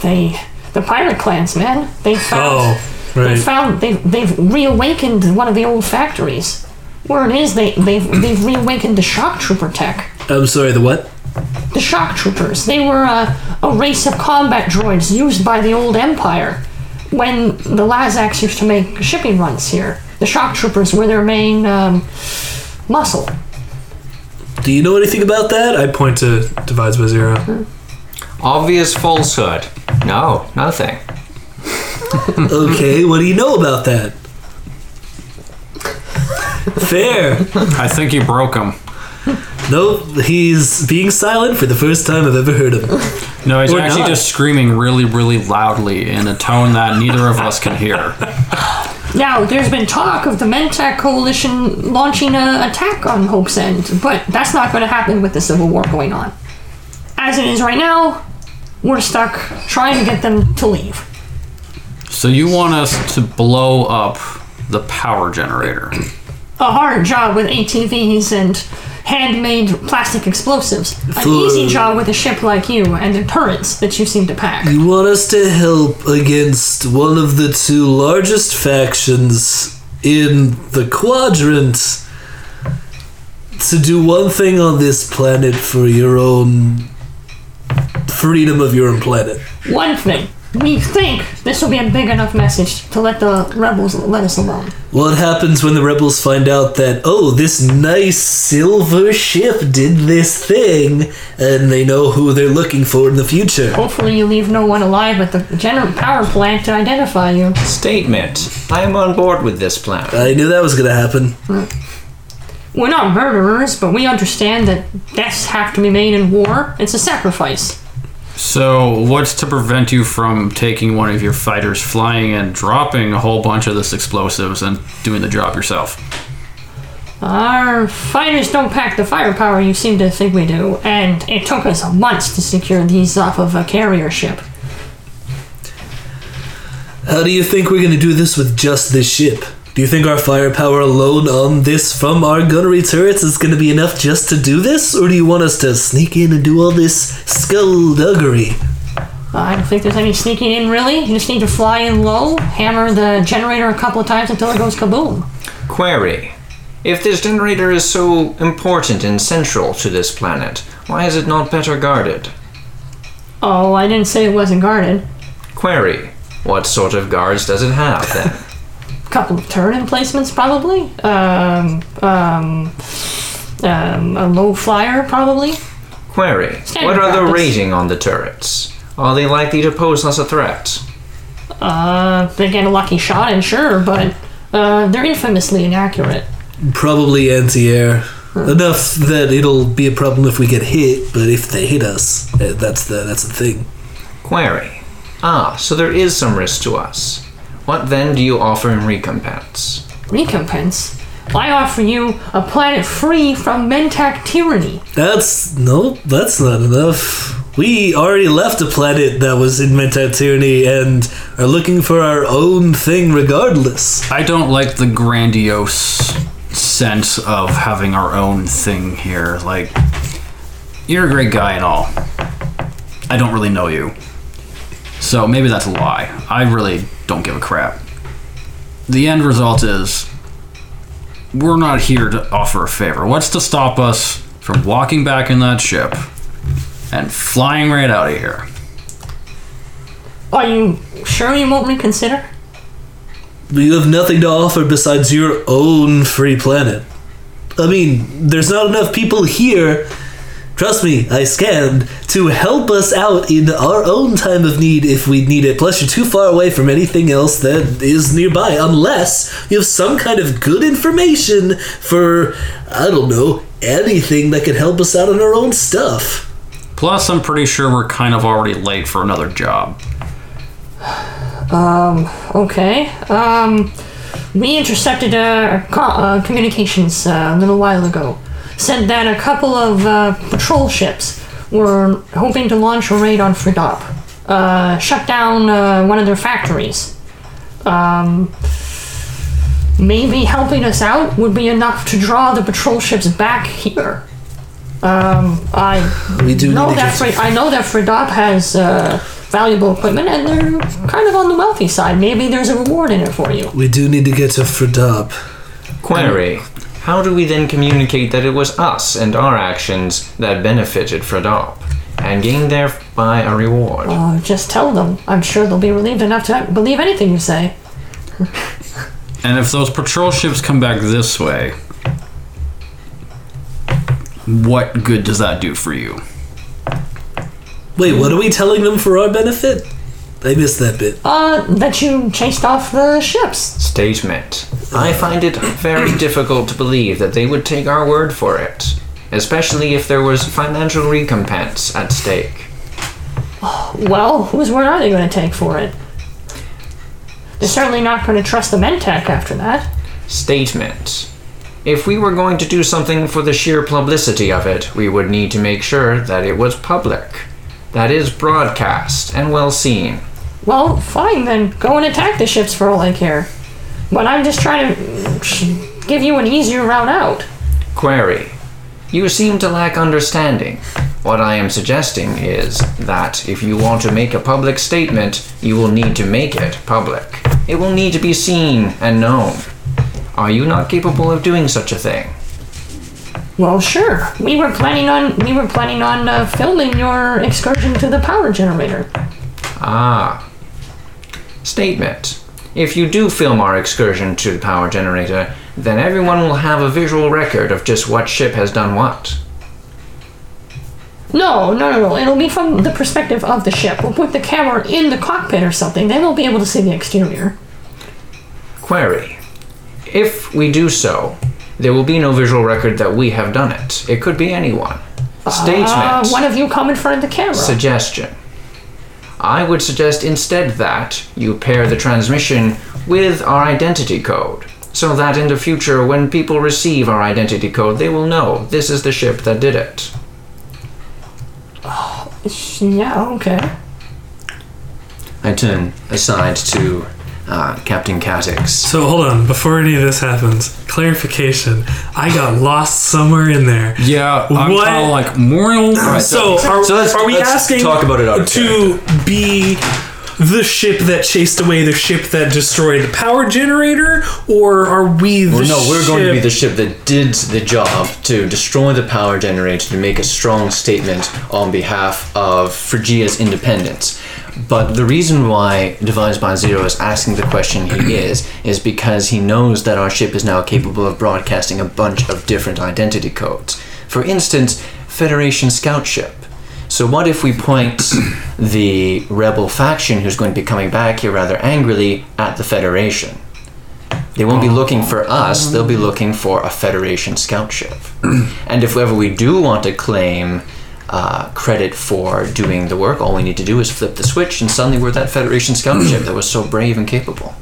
They, the pirate clans, man, they found, Oh, right. they found, they've, they've reawakened one of the old factories. Word is they, they've, they've reawakened the shock trooper tech. I'm sorry, the what? the shock troopers. They were a, a race of combat droids used by the old Empire when the Lazaks used to make shipping runs here. The shock troopers were their main um, muscle. Do you know anything about that? I I point to divides by zero. Obvious falsehood. No, nothing. Okay, what do you know about that? Fair. I think you broke them. Nope, he's being silent for the first time I've ever heard of him. No, he's Or actually not. just screaming really, really loudly in a tone that neither of us can hear. Now, there's been talk of the Mentak Coalition launching an attack on Hope's End, but that's not going to happen with the Civil War going on. As it is right now, we're stuck trying to get them to leave. So you want us to blow up the power generator? a hard job with ATVs and handmade plastic explosives. An Fool. easy job with a ship like you and the turrets that you seem to pack. You want us to help against one of the two largest factions in the quadrant to do one thing on this planet for your own freedom of your own planet. One thing. We think this will be a big enough message to let the rebels let us alone. What happens when the rebels find out that, oh, this nice silver ship did this thing, and they know who they're looking for in the future? Hopefully, you leave no one alive at the gener- power plant to identify you. Statement. I am on board with this plan. I knew that was gonna happen. We're not murderers, but we understand that deaths have to be made in war. It's a sacrifice. So what's to prevent you from taking one of your fighters flying and dropping a whole bunch of this explosives and doing the job yourself? Our fighters don't pack the firepower you seem to think we do, and it took us months to secure these off of a carrier ship. How do you think we're gonna do this with just this ship? Do you think our firepower alone on this from our gunnery turrets is gonna be enough just to do this? Or do you want us to sneak in and do all this skullduggery? Uh, I don't think there's any sneaking in really. You just need to fly in low, hammer the generator a couple of times until it goes kaboom. Query. If this generator is so important and central to this planet, why is it not better guarded? Oh, I didn't say it wasn't guarded. Query. What sort of guards does it have then? A couple of turret emplacements probably. Um, um, um, a low flyer probably. Query. Standard What are the practice. rating on the turrets? Are they likely to pose us a threat? Uh, they get a lucky shot and sure, but uh, they're infamously inaccurate. Probably anti air. Enough that it'll be a problem if we get hit, but if they hit us, eh, that's the that's the thing. Query. Ah, so there is some risk to us. What then do you offer in recompense? recompense. I offer you a planet free from Mentak tyranny. That's no, that's not enough. We already left a planet that was in Mentat tyranny and are looking for our own thing regardless. I don't like the grandiose sense of having our own thing here. Like, you're a great guy and all. I don't really know you. So maybe that's a lie. I really don't give a crap. The end result is we're not here to offer a favor. What's to stop us from walking back in that ship and flying right out of here? Are you sure you won't reconsider? You have nothing to offer besides your own free planet. I mean, there's not enough people here, trust me, I scanned, to help us out in our own time of need if we need it. Plus, you're too far away from anything else that is nearby, unless you have some kind of good information for, I don't know, anything that could help us out on our own stuff. Plus, I'm pretty sure we're kind of already late for another job. Okay. Um, we intercepted a, co- uh communications uh, a little while ago. Said that a couple of uh, patrol ships were hoping to launch a raid on Fridop. Uh, shut down uh, one of their factories. Um, maybe helping us out would be enough to draw the patrol ships back here. Um, I We do know need to that get Fri- I know that Fridop has uh, valuable equipment, and they're kind of on the wealthy side. Maybe there's a reward in it for you. We do need to get to Fredab. Query. How do we then communicate that it was us and our actions that benefited Fredop and gained thereby a reward? Uh, just tell them. I'm sure they'll be relieved enough to believe anything you say. And if those patrol ships come back this way, what good does that do for you? Wait, what are we telling them for our benefit? I missed that bit. Uh, that you chased off the ships. Statement. I find it very difficult to believe that they would take our word for it, especially if there was financial recompense at stake. Well, whose word are they going to take for it? They're certainly not going to trust the Mentech after that. Statement. If we were going to do something for the sheer publicity of it, we would need to make sure that it was public, that is, broadcast and well seen, Well, fine then. Go and attack the ships for all I care. But I'm just trying to give you an easier route out. Query. You seem to lack understanding. What I am suggesting is that if you want to make a public statement, you will need to make it public. It will need to be seen and known. Are you not capable of doing such a thing? Well, sure. We were planning on we were planning on uh, filming your excursion to the power generator. Ah. Statement. If you do film our excursion to the power generator, then everyone will have a visual record of just what ship has done what. No, no, no, no. It'll be from the perspective of the ship. We'll put the camera in the cockpit or something. They won't be able to see the exterior. Query. If we do so, there will be no visual record that we have done it. It could be anyone. Statement. Uh, one of you come in front of the camera. suggestion. I would suggest instead that you pair the transmission with our identity code, so that in the future, when people receive our identity code, they will know this is the ship that did it. yeah. Okay. I turn aside to uh, Captain Catix. So hold on, before any of this happens, clarification. I got lost somewhere in there. Yeah, I'm What? kind of like moral. So, are, so let's- are we let's asking talk about it out of to be the ship that chased away the ship that destroyed the power generator, or are we the no, we're going to be the ship- ship that did the job to destroy the power generator to make a strong statement on behalf of Phrygia's independence. But the reason why Devised by Zero is asking the question he is, is because he knows that our ship is now capable of broadcasting a bunch of different identity codes. For instance, Federation Scout Ship. So what if we point the rebel faction who's going to be coming back here rather angrily at the Federation? They won't be Oh. looking for us, they'll be looking for a Federation scout ship. and if ever we do want to claim uh, credit for doing the work, all we need to do is flip the switch, and suddenly we're that Federation scout ship that was so brave and capable.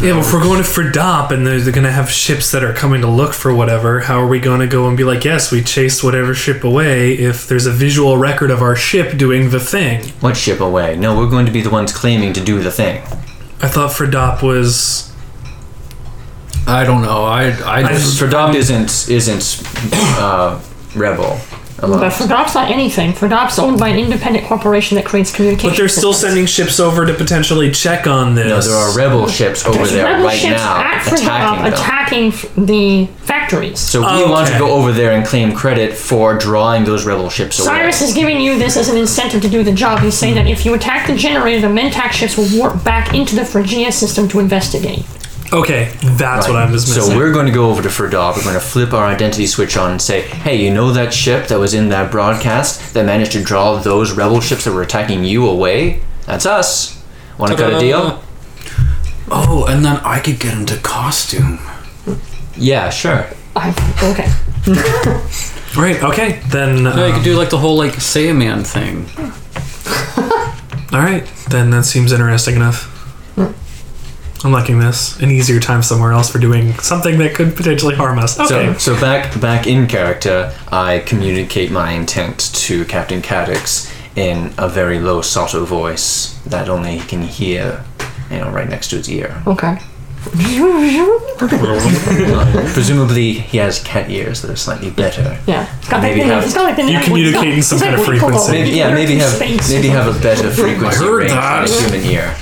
Yeah, but if we're going to Fredop and they're, they're going to have ships that are coming to look for whatever, how are we going to go and be like, yes, we chased whatever ship away if there's a visual record of our ship doing the thing? What ship away? No, we're going to be the ones claiming to do the thing. I thought Fredop was I don't know. I I just Ferdop isn't isn't uh, rebel. But Fordop's not anything. Fordop's owned by an independent corporation that creates communication. But they're still systems. sending ships over to potentially check on this. No, there are rebel ships over There's there rebel right ships now at Fordop attacking them. attacking, f the factories. So we want to Okay. go over there and claim credit for drawing those rebel ships away. Cyrus is giving you this as an incentive to do the job. He's saying that if you attack the generator, the Mentac ships will warp back into the Phrygia system to investigate. okay, that's what I'm just missing. So we're going to go over to Ferdob. We're going to flip our identity switch on and say, "Hey, you know that ship that was in that broadcast that managed to draw those rebel ships that were attacking you away? That's us. Want to cut a deal? oh, and then I could get into costume. Yeah, sure. I, okay. right, okay, then. Yeah, you um, could do like the whole like say a man thing. all right, um, then that seems interesting enough. I'm liking this. An easier time somewhere else for doing something that could potentially harm us. Okay. So, so back back in character, I communicate my intent to Captain Cadix in a very low sotto voice that only he can hear, you know, right next to his ear. Okay. Presumably, he has cat ears that are slightly better. Yeah. It's got Maybe that, have- it's got like the You network- communicate it's got- in some it's kind like of what you call frequency. Maybe, yeah, maybe have Space. maybe have a better frequency I heard range that. than a human ear.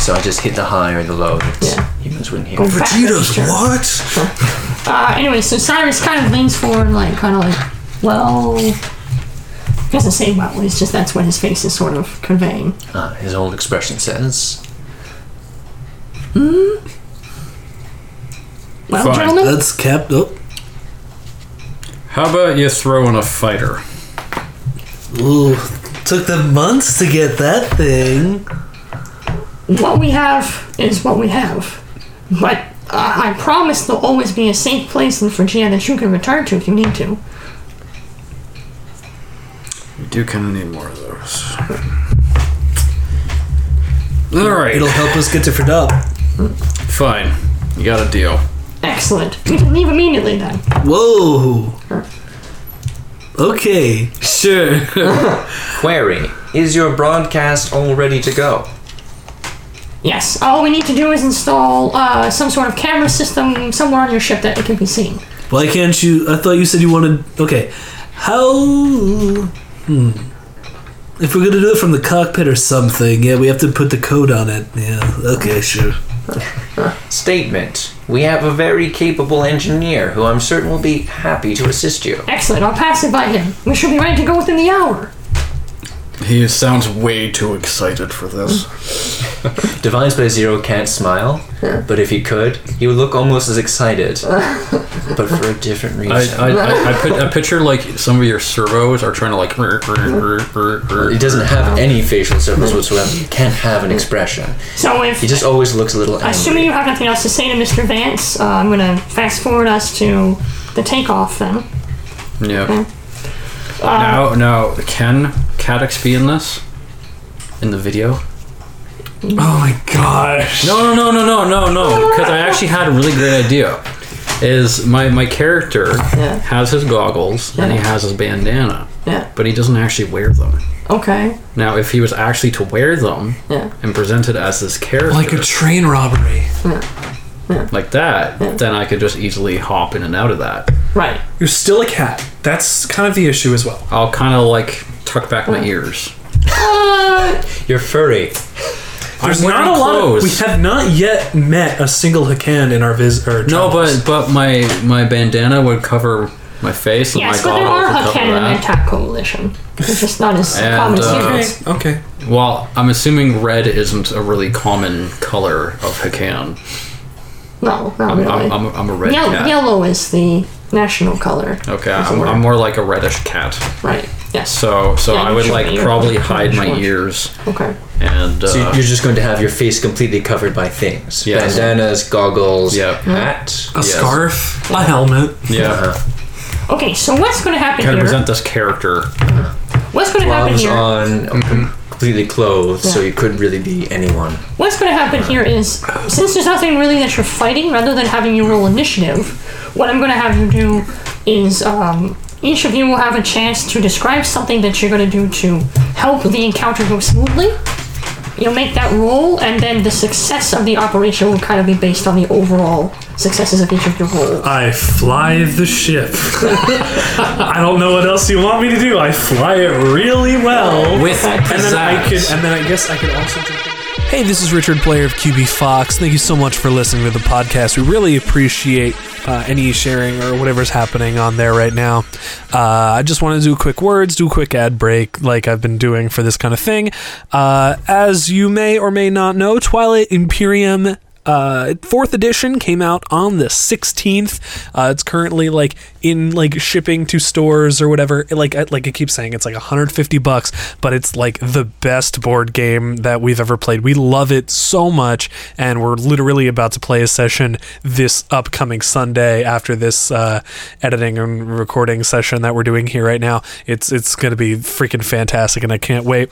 So I just hit the high or the low that Yeah. humans wouldn't hear. Vegeta's what? Uh, anyway, so Cyrus kind of leans forward, like, kind of like, well. He doesn't say well, it's just that's what his face is sort of conveying. Ah, Uh, his old expression says, Well, Fine. gentlemen, That's oh, kept up. How about you throw in a fighter? Ooh, took them months to get that thing. what we have is what we have. But uh, I promise there'll always be a safe place in Phrygia that you can return to if you need to. We do kind of need more of those. All right, It'll help us get to Fredop. fine. You got a deal. Excellent. We can leave immediately then. Whoa. Okay. Sure. "Query: Is your broadcast all ready to go? Yes. All we need to do is install uh, some sort of camera system somewhere on your ship that it can be seen. Why can't you? I thought you said you wanted. Okay, how? Hmm. If we're gonna do it from the cockpit or something, yeah, we have to put the code on it. Yeah. Okay, sure. Statement. We have a very capable engineer who I'm certain will be happy to assist you. Excellent. I'll pass it by him. We should be ready to go within the hour. He sounds way too excited for this. Divines by Zero can't smile, but if he could, he would look almost as excited, but for a different I, reason. I, I, I, put, I picture like some of your servos are trying to like. "Rrr, rrr, rrr, rrr." he doesn't have any facial surface whatsoever. He can't have an expression. So if He just always looks a little assuming you angry. have nothing else to say to Mr. Vance, uh, I'm gonna fast forward us to the takeoff then. Yeah. Mm-hmm. now, now, can Cadex be in this? In the video? Oh my gosh. No, no, no, no, no, no, no. Because I actually had a really great idea. Is my my character Yeah. has his goggles and he Yeah. has his bandana, Yeah. but he doesn't actually wear them. Okay. Now, if he was actually to wear them Yeah. and presented as this character Like a train robbery. like that, then I could just easily hop in and out of that. Right. You're still a cat. That's kind of the issue as well. I'll kind of like tuck back my ears. Uh, You're furry. There's wearing not a lot. Of, we clothes. have not yet met a single Hakan in our visit. No, but but my my bandana would cover my face and yes, my but there are goggles would Hukan cover in the that. Attack Coalition. It's just not as And, common uh, as okay, okay. Well, I'm assuming red isn't a really common color of Hakan. you. No, not I'm, really. I'm, I'm, I'm a red Yellow, cat. yellow is the national color. Okay, as it I'm, were. I'm more like a reddish cat. right. Yes. So so Yeah, I would sure, like you're- probably you're hide my sure. ears Okay. and uh, So you're just going to have your face completely covered by things. Yes. Bandanas, goggles, Yep. Mm-hmm. hat. A scarf, a helmet. yeah, Okay. So what's going to happen kind here? of present this character. what's going to happen Gloves here? uh, on, Mm-hmm. completely clothed, so Yeah. you couldn't really be anyone. What's going to happen here is, since there's nothing really that you're fighting, rather than having you roll initiative, what I'm going to have you do is um, each of you will have a chance to describe something that you're going to do to help the encounter go smoothly. You'll make that roll, and then the success of the operation will kind of be based on the overall successes of each of your rolls. I fly the ship. I don't know what else you want me to do. I fly it really well. With and then I pizzazz. could, and then I guess I could also. Hey, this is Richard Player of QB Fox. Thank you so much for listening to the podcast. We really appreciate uh, any sharing or whatever's happening on there right now. Uh, I just want to do quick words, do a quick ad break, like I've been doing for this kind of thing. Uh, as you may or may not know, Twilight Imperium uh, fourth edition came out on the 16th. Uh, it's currently like in like shipping to stores or whatever. It, like I, like I keep saying, it's like 150 bucks, but it's like the best board game that we've ever played. We love it so much, and we're literally about to play a session this upcoming Sunday after this uh, editing and recording session that we're doing here right now. It's it's gonna be freaking fantastic, and I can't wait.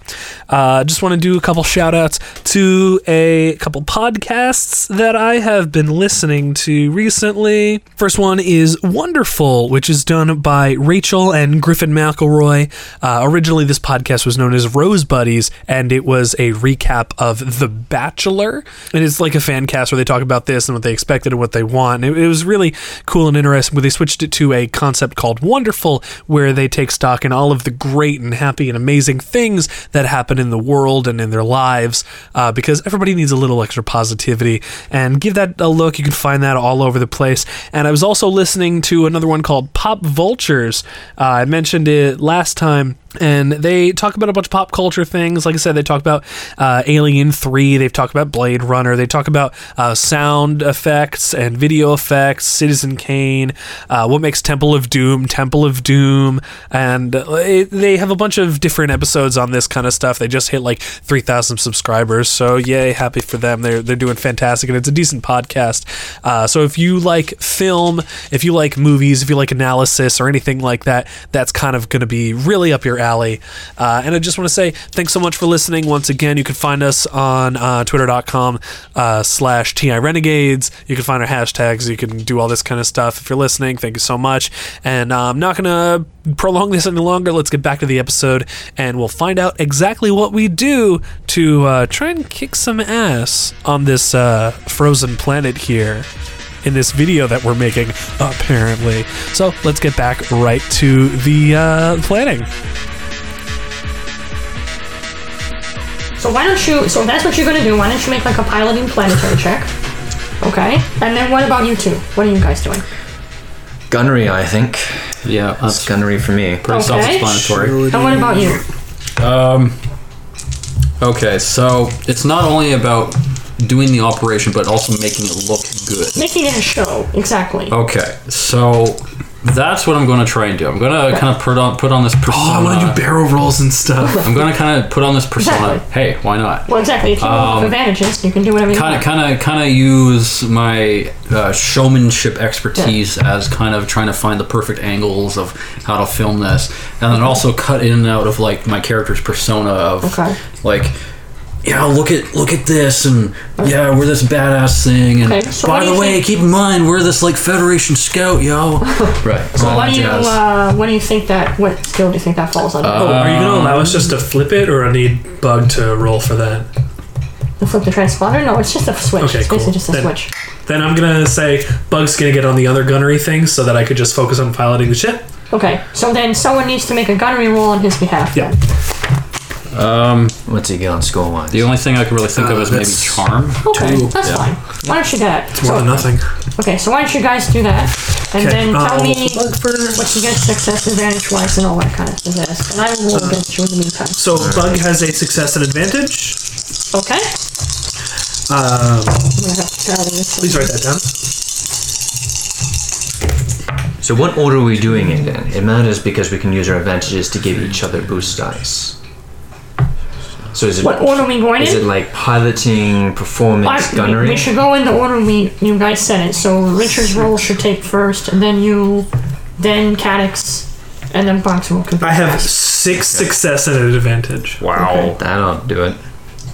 Uh, just want to do a couple shout outs to a couple podcasts that I have been listening to recently. First one is Wonderful, which is done by Rachel and Griffin McElroy. Uh, originally, this podcast was known as Rose Buddies, and it was a recap of The Bachelor. And it's like a fan cast where they talk about this and what they expected and what they want. And it, it was really cool and interesting. But they switched it to a concept called Wonderful, where they take stock in all of the great and happy and amazing things that happen in the world and in their lives uh, because everybody needs a little extra positivity. And give that a look. You can find that all over the place. And I was also listening to another one called Pop Vultures. Uh, I mentioned it last time. And they talk about a bunch of pop culture things. Like I said, they talk about uh, Alien 3, they've talked about Blade Runner, they talk about uh, sound effects and video effects, Citizen Kane, uh, what makes Temple of Doom, Temple of Doom. And uh, it, they have a bunch of different episodes on this kind of stuff. They just hit like 3,000 subscribers. So, yay, happy for them. They're, they're doing fantastic, and it's a decent podcast. Uh, so, if you like film, if you like movies, if you like analysis or anything like that, that's kind of going to be really up your alley Alley. Uh, and I just want to say thanks so much for listening. Once again, you can find us on uh, twitter.com uh, slash TI Renegades. You can find our hashtags. You can do all this kind of stuff. If you're listening, thank you so much. And uh, I'm not going to prolong this any longer. Let's get back to the episode and we'll find out exactly what we do to uh, try and kick some ass on this uh, frozen planet here in this video that we're making, apparently. So let's get back right to the uh, planning. So why don't you? So that's what you're gonna do. Why don't you make like a piloting planetary check? Okay. And then what about you two? What are you guys doing? Gunnery, I think. Yeah, It's that's gunnery for me. pretty Okay. self-explanatory. And what about you? Okay, so it's not only about doing the operation, but also making it look good. Making it a show. Exactly. Okay, so that's what I'm going to try and do. I'm going to kind of put on put on this persona. Oh, I want to do barrel rolls and stuff. I'm going to kind of put on this persona. Exactly. Hey, why not? Well, exactly. If you Um, have advantages, you can do whatever you Kind of, want. kind of, kind of use my uh, showmanship expertise as kind of trying to find the perfect angles of how to film this, and then also cut in and out of like my character's persona of Okay. like, yeah, look at look at this, and yeah, we're this badass thing, and Okay, so what by do the you way, think- keep in mind we're this like Federation scout, yo. Right. All What that do you? jazz. Uh, what do you think that? What skill do you think that falls under? Uh, Oh, are you going to allow us just to flip it, or I need Bug to roll for that? the flip the transponder? No, it's just a switch. Okay, it's basically cool. just a Then- switch. Then I'm going to say Bug's going to get on the other gunnery thing so that I could just focus on piloting the ship. Okay. So then someone needs to make a gunnery roll on his behalf. Yeah. then. What's he get on score wise? The only thing I could really think of is maybe that's- charm. Okay. Two. That's fine. Why don't you do that? It's more than nothing. Okay. So why don't you guys do that? And then tell uh, me Bug first. what you get success, advantage wise, and all that kind of business. And I will roll against you in the meantime. So Bug has a success and advantage. Okay. Um, I'm gonna have to try this. please write that down. So what order are we doing it in? It matters because we can use our advantages to give each other boost dice. So is it is What order are we going in? it like piloting, I- performance, we- gunnery? We should go in the order we you guys said it. So Richard's roll should take first, and then you, then Cadix, and then Box roll. could be I have last. six success and an advantage. Wow. That'll do it.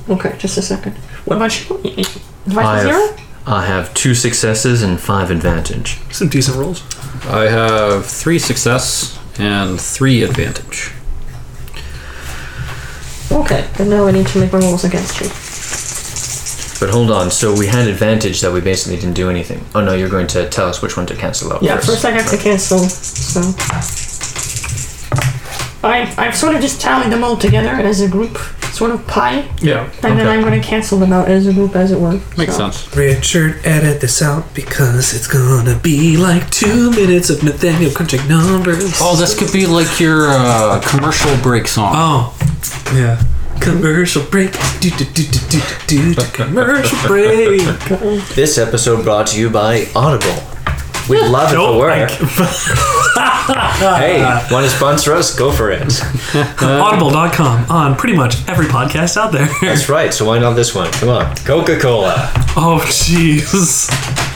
Okay, just a second. What about you? Y- y- Device Five. zero. I have two successes and five advantage. Some decent rolls. I have three success and three advantage. Okay, and now I need to make my rolls against you. But hold on, so we had advantage that we basically didn't do anything. Oh no, you're going to tell us which one to cancel out Yeah, first. first I have to cancel. So I I've sort of just tallied them all together as a group, sort of pie, Yeah, and then I'm going to cancel them out as a group, as it were. makes So- sense. Richard, edit this out because it's gonna be like two minutes of Nathaniel crunching numbers. Oh, this could be like your uh, commercial break song. Oh, yeah. Commercial break. Do, do, do, do, do, do, do. Commercial break. This episode brought to you by Audible. We love it for work. hey, want to sponsor us? Go for it. Audible.com on pretty much every podcast out there. That's right. So why not this one? Come on, Coca Cola. oh, jeez.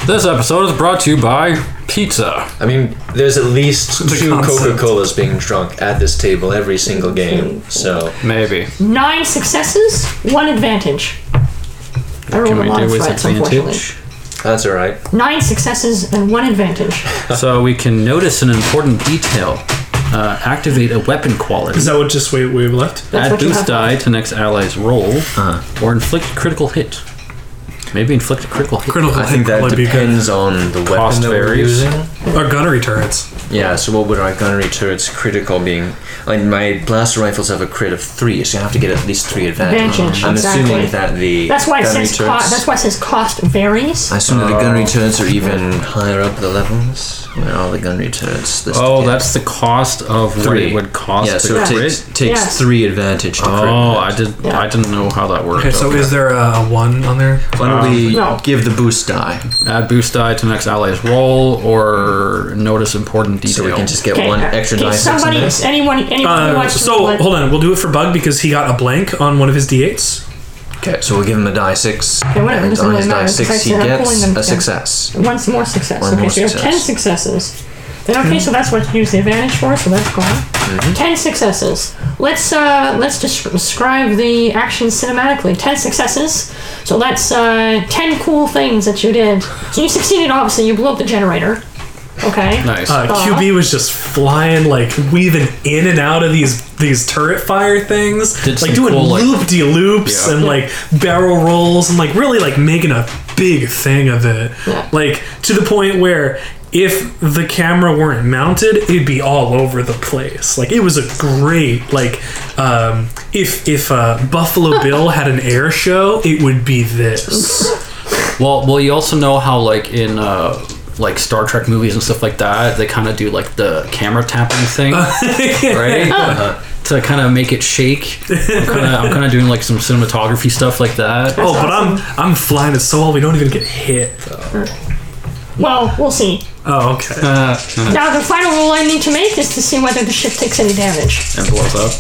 This episode is brought to you by pizza. I mean, there's at least The two concept. Coca Colas being drunk at this table every single game. So Maybe. Nine successes, one advantage. I rolled a lot of threats, unfortunately. that's all right. Nine successes and one advantage. so we can notice an important detail. Uh, activate a weapon quality. Is that what just we, we have left? That's Add what you boost have. die to next ally's roll, Uh-huh. or inflict critical hit. Maybe inflict a critical hit. Critical I think hit that would be good. depends on the weapon Cost that varies. we're using. Or gunnery turrets. Yeah. So what would our gunnery turrets critical being? Like my blaster rifles have a crit of three, so you have to get at least three advantage. Advantage, I'm exactly. assuming that the That's why it gunnery says co- that's why it says cost varies. I assume that the Oh. gunnery turrets are even higher up the levels. Where are the gunnery turrets? This Oh, that's the cost of what three. it would cost Yeah, to so it crit. takes, takes Yes. three advantage to crit. Oh, I did. Yeah. I didn't know how that worked. Okay, so is there a, a one on there? Why don't we No. give the boost die add boost die to next ally's roll, or notice important detail. so we can just get one uh, extra can die? six somebody, in there? anyone, anyone who Uh, wants to so, roll it- hold on. We'll do it for Bug because he got a blank on one of his d8s. Okay, so we'll give him a die six, whatever, and doesn't on really his die matter, six because he I'm pulling gets them a down. success. Once more success. One okay, more so you have ten success. successes. Then okay, so that's what you use the advantage for. So that's gone. Ten successes. Let's uh, let's des- describe the action cinematically. Ten successes. So that's uh, ten cool things that you did. So you succeeded. Obviously, you blew up the generator. Okay. Nice. Uh, QB was just flying, like weaving in and out of these these turret fire things, Did some like doing cool, like- loop de loops Yeah. and like barrel rolls, and like really like making a big thing of it, Yeah. like to the point where if the camera weren't mounted, it'd be all over the place. Like it was a great like um, if if uh, Buffalo Bill had an air show, it would be this. Well, well, you also know how like in uh, like Star Trek movies and stuff like that, they kind of do like the camera tapping thing, right? Uh, to kind of make it shake. I'm kind of I'm kind of doing like some cinematography stuff like that. Oh, but I'm I'm flying it so well we don't even get hit. Well, we'll see. Oh, okay. Uh, uh, Now the final rule I need to make is to see whether the ship takes any damage. and blows up.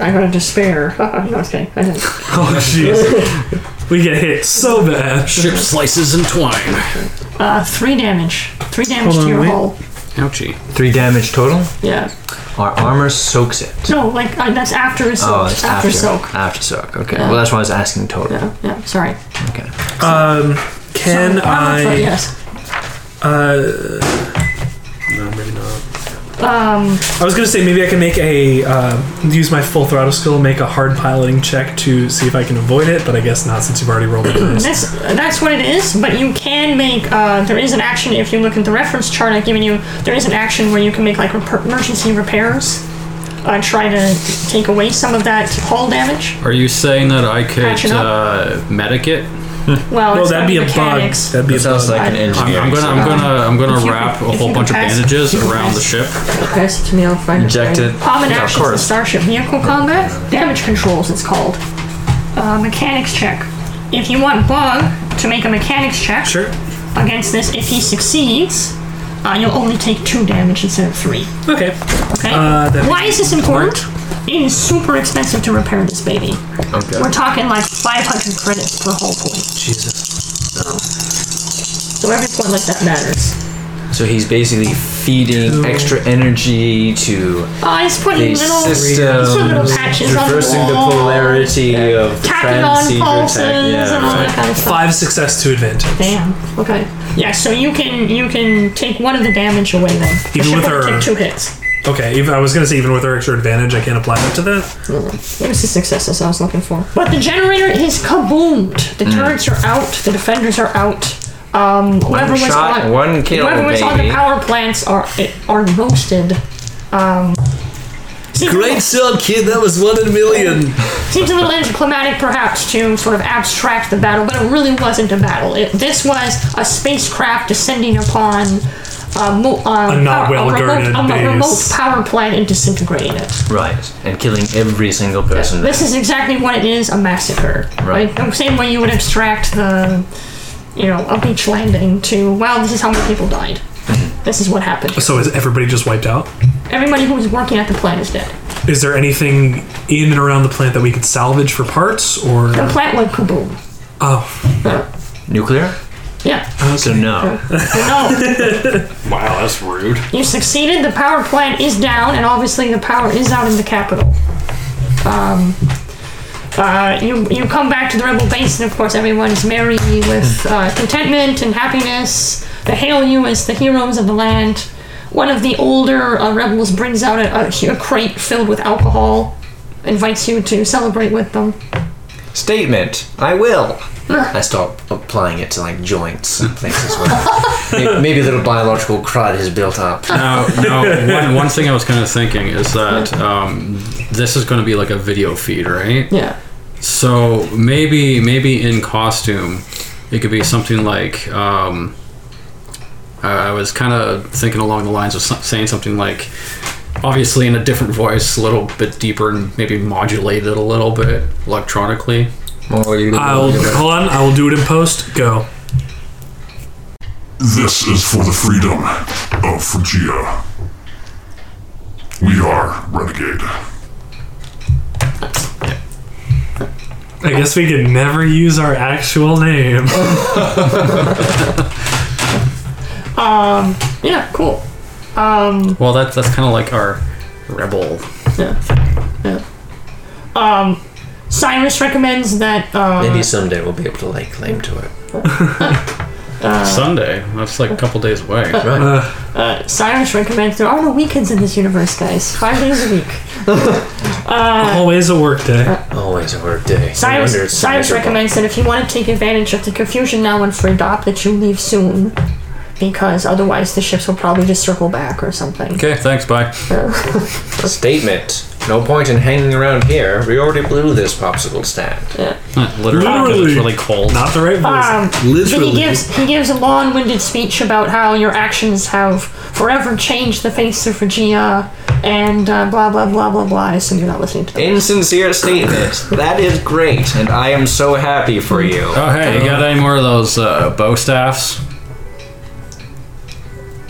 I got a despair. no, I was kidding. I didn't. Oh jeez. we get hit so bad. Ship slices and twine. Uh, three damage. Three damage Hold to on, your wait. hull. Ouchie. Three damage total. Yeah. Our armor soaks it. No, like uh, that's after soak. Oh, it's after, after, soak. After soak. Okay. Well, that's why I was asking total. Yeah. Yeah. Sorry. Okay. Um can Sorry. Uh, but I Yes. uh no, maybe not. Um, I was gonna say maybe I can make a uh, use my full throttle skill, make a hard piloting check to see if I can avoid it, but I guess not since you've already rolled a dice. That's that's what it is. But you can make. Uh, there is an action if you look at the reference chart I've given you. There is an action where you can make like rep- emergency repairs. Uh, try to take away some of that hull damage. Are you saying that I could Patching up. uh, medic it? Well, No, it's that'd be a bug. mechanics. That'd be a It sounds bug. like I- an I'm, engineering. I'm gonna I'm gonna If I'm gonna you wrap can- a if whole you bunch of can pass- bandages if you can around the pass. ship. Pass it to me. I'll find Inject it. it. for you. Common Yeah, of actions in course. starship vehicle combat. Damage controls. It's called. Uh, mechanics check. If you want Bug to make a mechanics check Sure. against this, if he succeeds, uh, you'll only take two damage instead of three. Okay. Okay. Uh, that- Why is this important? It is super expensive to repair this baby. Okay. We're talking like 500 credits per whole point. Jesus. So every point like that matters. So he's basically feeding extra energy to Uh, it's putting the little, it's system, putting little patches on the reversing the wall. polarity of the tapping on transceiver pulses tech. and all Yeah, that right. kind of stuff. Five success to advantage. Damn. Okay. Yeah. So you can you can take one of the damage away then. You Even should with probably take her- two hits. Okay, even, I was gonna say even with our extra advantage, I can't apply that to that. It Mm. was the successes I was looking for. But the generator is kaboomed. The turrets are out. The defenders are out. Um, whoever was shot, on one kill, whoever was on the baby. power plants are are roasted. Um, seems a Great job, kid. That was one in a million. Seems a little anticlimactic, perhaps, to sort of abstract the battle, but it really wasn't a battle. It, this was a spacecraft descending upon uh, mo- uh, A not power- well-guarded remote, a base. remote power plant and disintegrating it. Right, and killing every single person. This is exactly what it is—a massacre. Right. The same way you would abstract the, you know, a beach landing to well, this is how many people died. This is what happened. So is everybody just wiped out? Everybody who was working at the plant is dead. Is there anything in and around the plant that we could salvage for parts or? The plant went kaboom. Oh, Nuclear? Yeah. So no. No. Wow, that's rude. You succeeded. The power plant is down, and obviously the power is out in the capital. Um, uh, you you come back to the rebel base, and of course everyone is merry with uh, contentment and happiness. They hail you as the heroes of the land. One of the older uh, rebels brings out a, a, hu- a crate filled with alcohol, invites you to celebrate with them. Statement. I will. I start applying it to like joints and things as well. maybe, maybe a little biological crud has built up. Now, now Oh, one, one thing I was kind of thinking is that um, this is going to be like a video feed, right? Yeah. So maybe maybe in costume, it could be something like um, I, I was kind of thinking along the lines of so- saying something like, obviously in a different voice, a little bit deeper and maybe modulated a little bit electronically. I'll hold on. I will do it in post. Go. This is for the freedom of Phrygia. We are renegade. I guess we could never use our actual name. Yeah. Cool. Um, Well, that's that's kind of like our rebel. yeah, yeah. Um, Cyrus recommends that. Uh, Maybe someday we'll be able to lay claim to it. Sunday. That's like a couple days away. Cyrus recommends there are no weekends in this universe, guys. Five days a week. Always a work day. Always a work day. No Cyrus, wonder it's so Cyrus miserable. recommends that if you want to take advantage of the confusion now and for adopt, that you leave soon, because otherwise the ships will probably just circle back or something. Okay, thanks. Bye. Statement. No point in hanging around here. We already blew this popsicle stand. Literally, 'cause it's really cold. Not the right voice. Um, Literally. He gives he gives a long-winded speech about how your actions have forever changed the face of Regia, and uh, blah blah blah blah blah. I assume you're not listening to that. Insincere statement. That is great, and I am so happy for you. Oh hey, you got any more of those uh, bow staffs?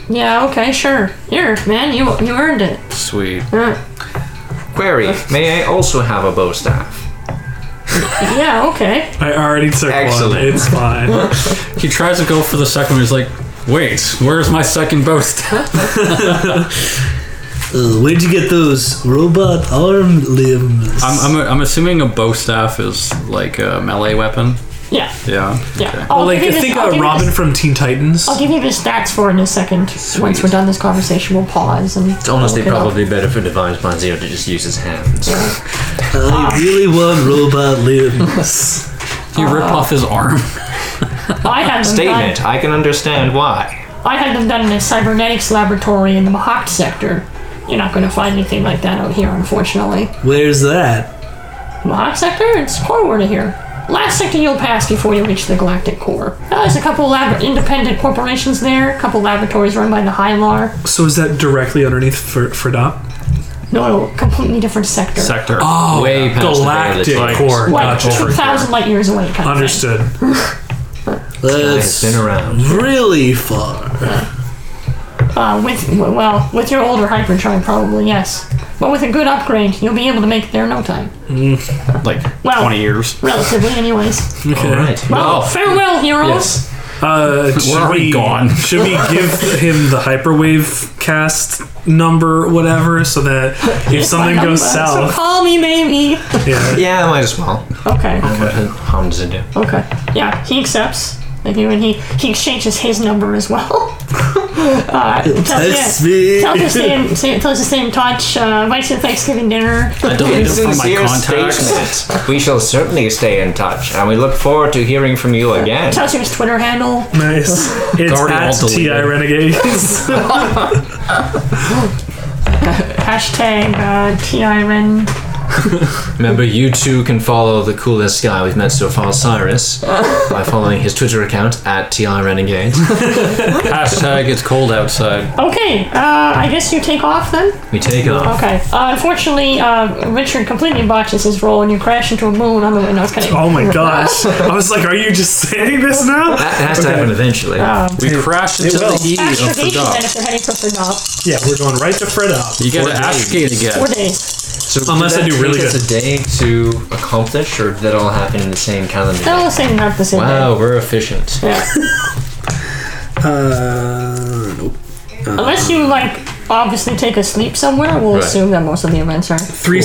Yeah. Okay. Sure. Here, man. You you earned it. Sweet. Uh, Query. May I also have a bow staff? yeah. Okay. I already took Excellent. one. It's fine. He tries to go for the second one. He's like, wait, where's my second bow staff? Uh, where'd you get those robot arm limbs? I'm, I'm, I'm assuming a bow staff is like a melee weapon. Yeah. Yeah. Yeah. Okay. I'll like give you this- think I'll of give you Robin this- from Teen Titans. I'll give you the stats for it in a second. Once we're done this conversation, we'll pause and. It's honestly look it up. probably better for Divine Spine Zero to just use his hands. I really want robot limbs. He ripped off his arm. I had them Statement. done. I can understand why. I had them done in a cybernetics laboratory in the Mahakt sector. You're not going to find anything like that out here, unfortunately. Where's that? Mahawk sector? It's forward of here. Last sector you'll pass before you reach the galactic core. Uh, there's a couple lab- independent corporations there, a couple laboratories run by the Hylar. So is that directly underneath for for Dop? No, completely different sector. Sector. Way past the Galactic barrier of the times. core. like Gotcha. 2,000 light years away. Kind Understood. That's It's been around. really far. Of thing. Uh, with well, with your older hyperdrive, probably yes. But with a good upgrade, you'll be able to make it there in no time. like Well- 20 years. Relatively, anyways. Alright. Well, farewell, heroes. Uh, should already we, gone. should we give him the hyperwave cast number, whatever, so that if something My goes number. So south, call me maybe. yeah, oh, Yeah, might as well. Okay. What harm does it do? Okay. Yeah, he accepts. Thank you, and he, he exchanges his number as well. uh, tells That's you, me. tells you stay in, stay, tells you stay in touch, uh, invites you to Thanksgiving dinner. I deleted Oh, it from my Insincere contacts. statement. We shall certainly stay in touch, and we look forward to hearing from you again. Tells you his Twitter handle. nice. It's already at all Ti deleted. Renegades. Hashtag uh, TIREN. Remember, you too can follow the coolest guy we've met so far, Cyrus, by following his Twitter account at TI Renegade. Hashtag it's cold outside. Okay, uh, I guess you take off then? We take off. Okay. Uh, unfortunately, uh, Richard completely botches his role and you crash into a moon on the way. No, it's kind of. oh my gosh! I was like, are you just saying this now? That has to happen eventually. We crashed into will. the heat of the Astrogation then dock. if they're heading for Ferdinand. Yeah, we're going right to Fred up. You gotta astrogate Four again. days. So Unless did I that do really take us good. a day to accomplish, or did that all happen in the same calendar? They're all the same, not the same Wow, we're efficient. day. Yeah. Uh, nope. Unless you like obviously take a sleep somewhere, we'll Right. assume that most of the events are Three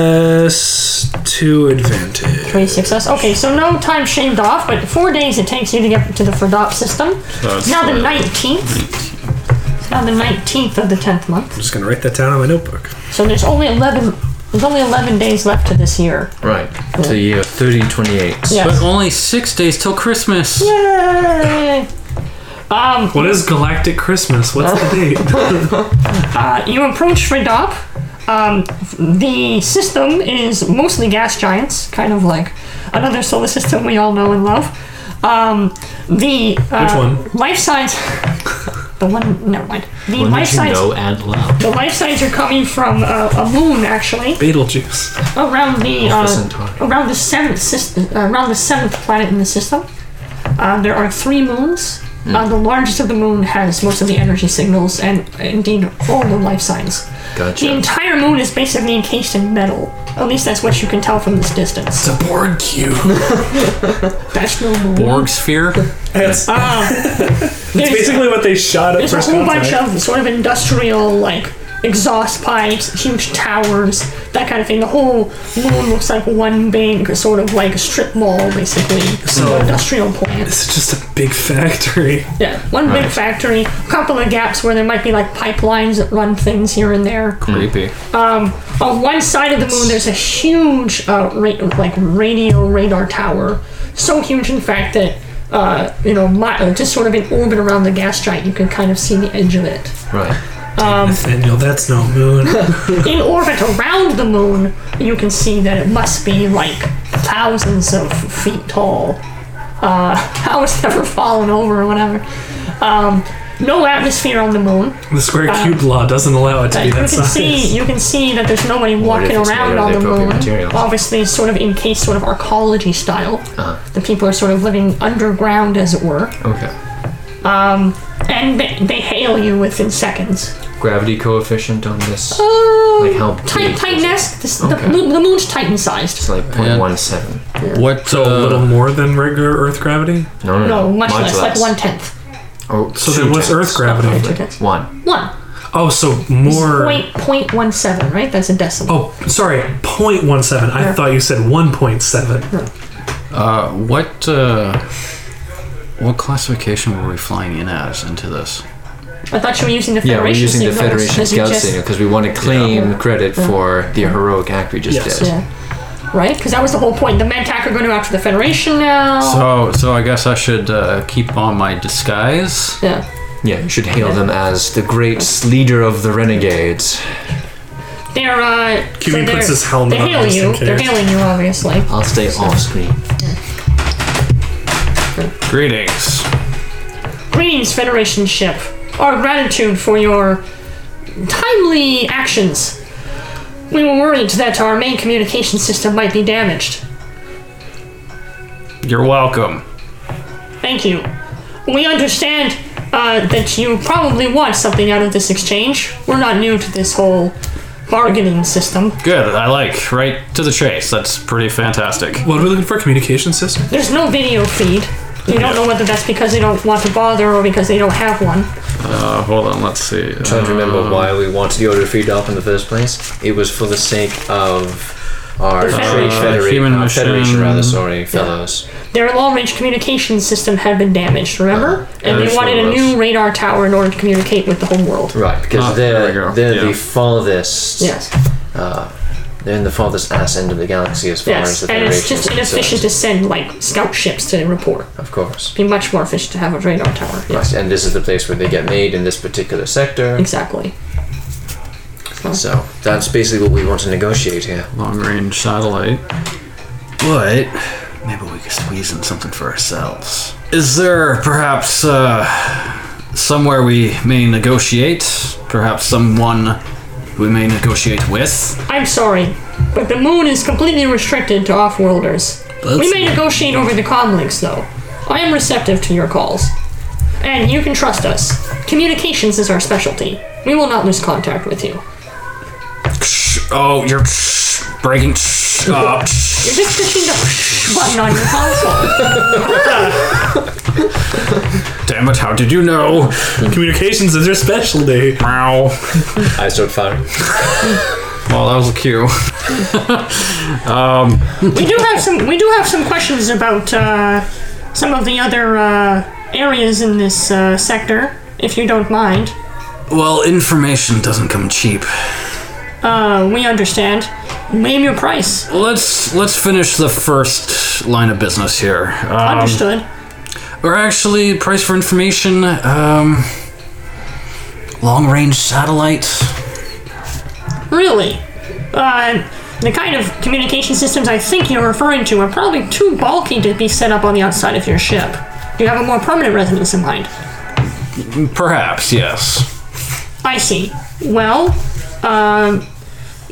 success, two advantage. pretty success. Okay, so no time shaved off, but four days it takes you to get to the Ferdop system. That's now the right. nineteenth. Now the nineteenth of the tenth month. just gonna write that down on my notebook. So there's only eleven. There's only eleven days left to this year. Right. To year 3028. But Yes. only six days till Christmas. Yay! Um, What is Galactic Christmas? What's the date? uh, you approach Ferdop. Um, the system is mostly gas giants, kind of like another solar system we all know and love. Um, the uh, Which one? Life signs. The one. Never mind. The Wouldn't life you signs. know and love? The life signs are coming from uh, a moon, actually, Beetlejuice. around the Alpha uh, Centauri. around the seventh system, around the seventh planet in the system. Uh, there are three moons. Uh, the largest of the moon has most of the energy signals and indeed all the life signs. Gotcha. The entire moon is basically encased in metal. At least that's what you can tell from this distance. The Borg cube. That's no moon. Borg sphere. That's Ah, that's basically what they shot at There's a first whole bunch contact. of sort of industrial, like, exhaust pipes, huge towers, that kind of thing. The whole moon looks like one big sort of like strip mall, basically. So industrial plants. It's just a big factory. Yeah, one big factory, a couple of gaps where there might be like pipelines that run things here and there. Hmm. Creepy. On one side of the moon, there's a huge uh, ra- like radio radar tower, so huge in fact that uh, you know my, uh, just sort of in orbit around the gas giant, you can kind of see the edge of it. right. Nathaniel, that's no moon. In orbit around the moon, you can see that it must be like thousands of feet tall. Uh, how it's never fallen over or whatever. Um, no atmosphere on the moon. the square cube law doesn't allow it to Uh, be you can that size. see you can see that there's nobody walking it's made around out on of the their moon. appropriate materials? Obviously, it's sort of encased, sort of arcology style. Uh-huh. The people are sort of living underground, as it were, Okay. and they, they hail you within seconds. Gravity coefficient on this. Oh, Like how big tight, is tightness? This, the, Okay. moon- the moon's Titan sized. It's like 0.17. What? so a uh, little more than regular Earth gravity. No, No, no, no. much, less, like one tenth. Oh, So then, two what's tenths. Earth gravity? Two tenths. One. One. Oh, so more. Point point one seven, right? That's a decimal. Oh, sorry, 0.17. I thought you said 1.7. uh, what? Uh, what classification were we flying in as into this? I thought you were using the Yeah, Federation we're using the signals, Federation 'cause you Scout just- signal because we want to claim credit for the heroic act we just Yes. did. Yeah. Right? Because that was the whole point. The Mentak are going to go after the Federation now. So, so I guess I should uh, keep on my disguise. yeah. Yeah, you should hail them as the great leader of the renegades. They're uh. Kiwi so E puts they're- his helmet They on hail just in you. They're case. hailing you, obviously. I'll stay off screen. Greetings. Greetings, Federation ship. Our gratitude for your timely actions. We were worried that our main communication system might be damaged. You're welcome. Thank you. We understand uh, that you probably want something out of this exchange. We're not new to this whole bargaining system. Good. I like right to the chase. That's pretty fantastic. What are we looking for? Communication system? There's no video feed. We don't know whether that's because they don't want to bother or because they don't have one. Uh, hold on. Let's see. Uh, trying to remember why we wanted the order of feed off in the first place. It was for the sake of our trade federation, human uh, federation mission. rather, sorry, fellows. Their long-range communication system had been damaged, remember? and that's they what wanted it a was. new radar tower in order to communicate with the whole world. Right, because Ah, there we go. they're, they're Yeah. the farthest, Yes. uh, they're in the farthest ass end of the galaxy as far as Yes. the And federation it's is just concerned. inefficient to send like scout ships to report. Of course. It'd be much more efficient to have a radar tower. Yes, and this is the place where they get made in this particular sector. Exactly. So that's basically what we want to negotiate here. long range satellite. But maybe we could squeeze in something for ourselves. Is there perhaps uh, somewhere we may negotiate? Perhaps someone we may negotiate with? I'm sorry, but the moon is completely restricted to off-worlders. we may negotiate over the comlinks, though. I am receptive to your calls. And you can trust us. Communications is our specialty. We will not lose contact with you. Oh, you're breaking up. You're just pushing the button on your console. Damn it, how did you know? Communications is their specialty. Wow. I start firing. Well, that was a cue. we do have some. We do have some questions about uh, some of the other uh, areas in this uh, sector, if you don't mind. Well, information doesn't come cheap. Uh, we understand. Name your price. Let's let's finish the first line of business here. Um, Understood. Or actually, price for information, um, long range satellite. Really? Uh, the kind of communication systems I think you're referring to are probably too bulky to be set up on the outside of your ship. You have a more permanent residence in mind. Perhaps, yes. I see. Well, um,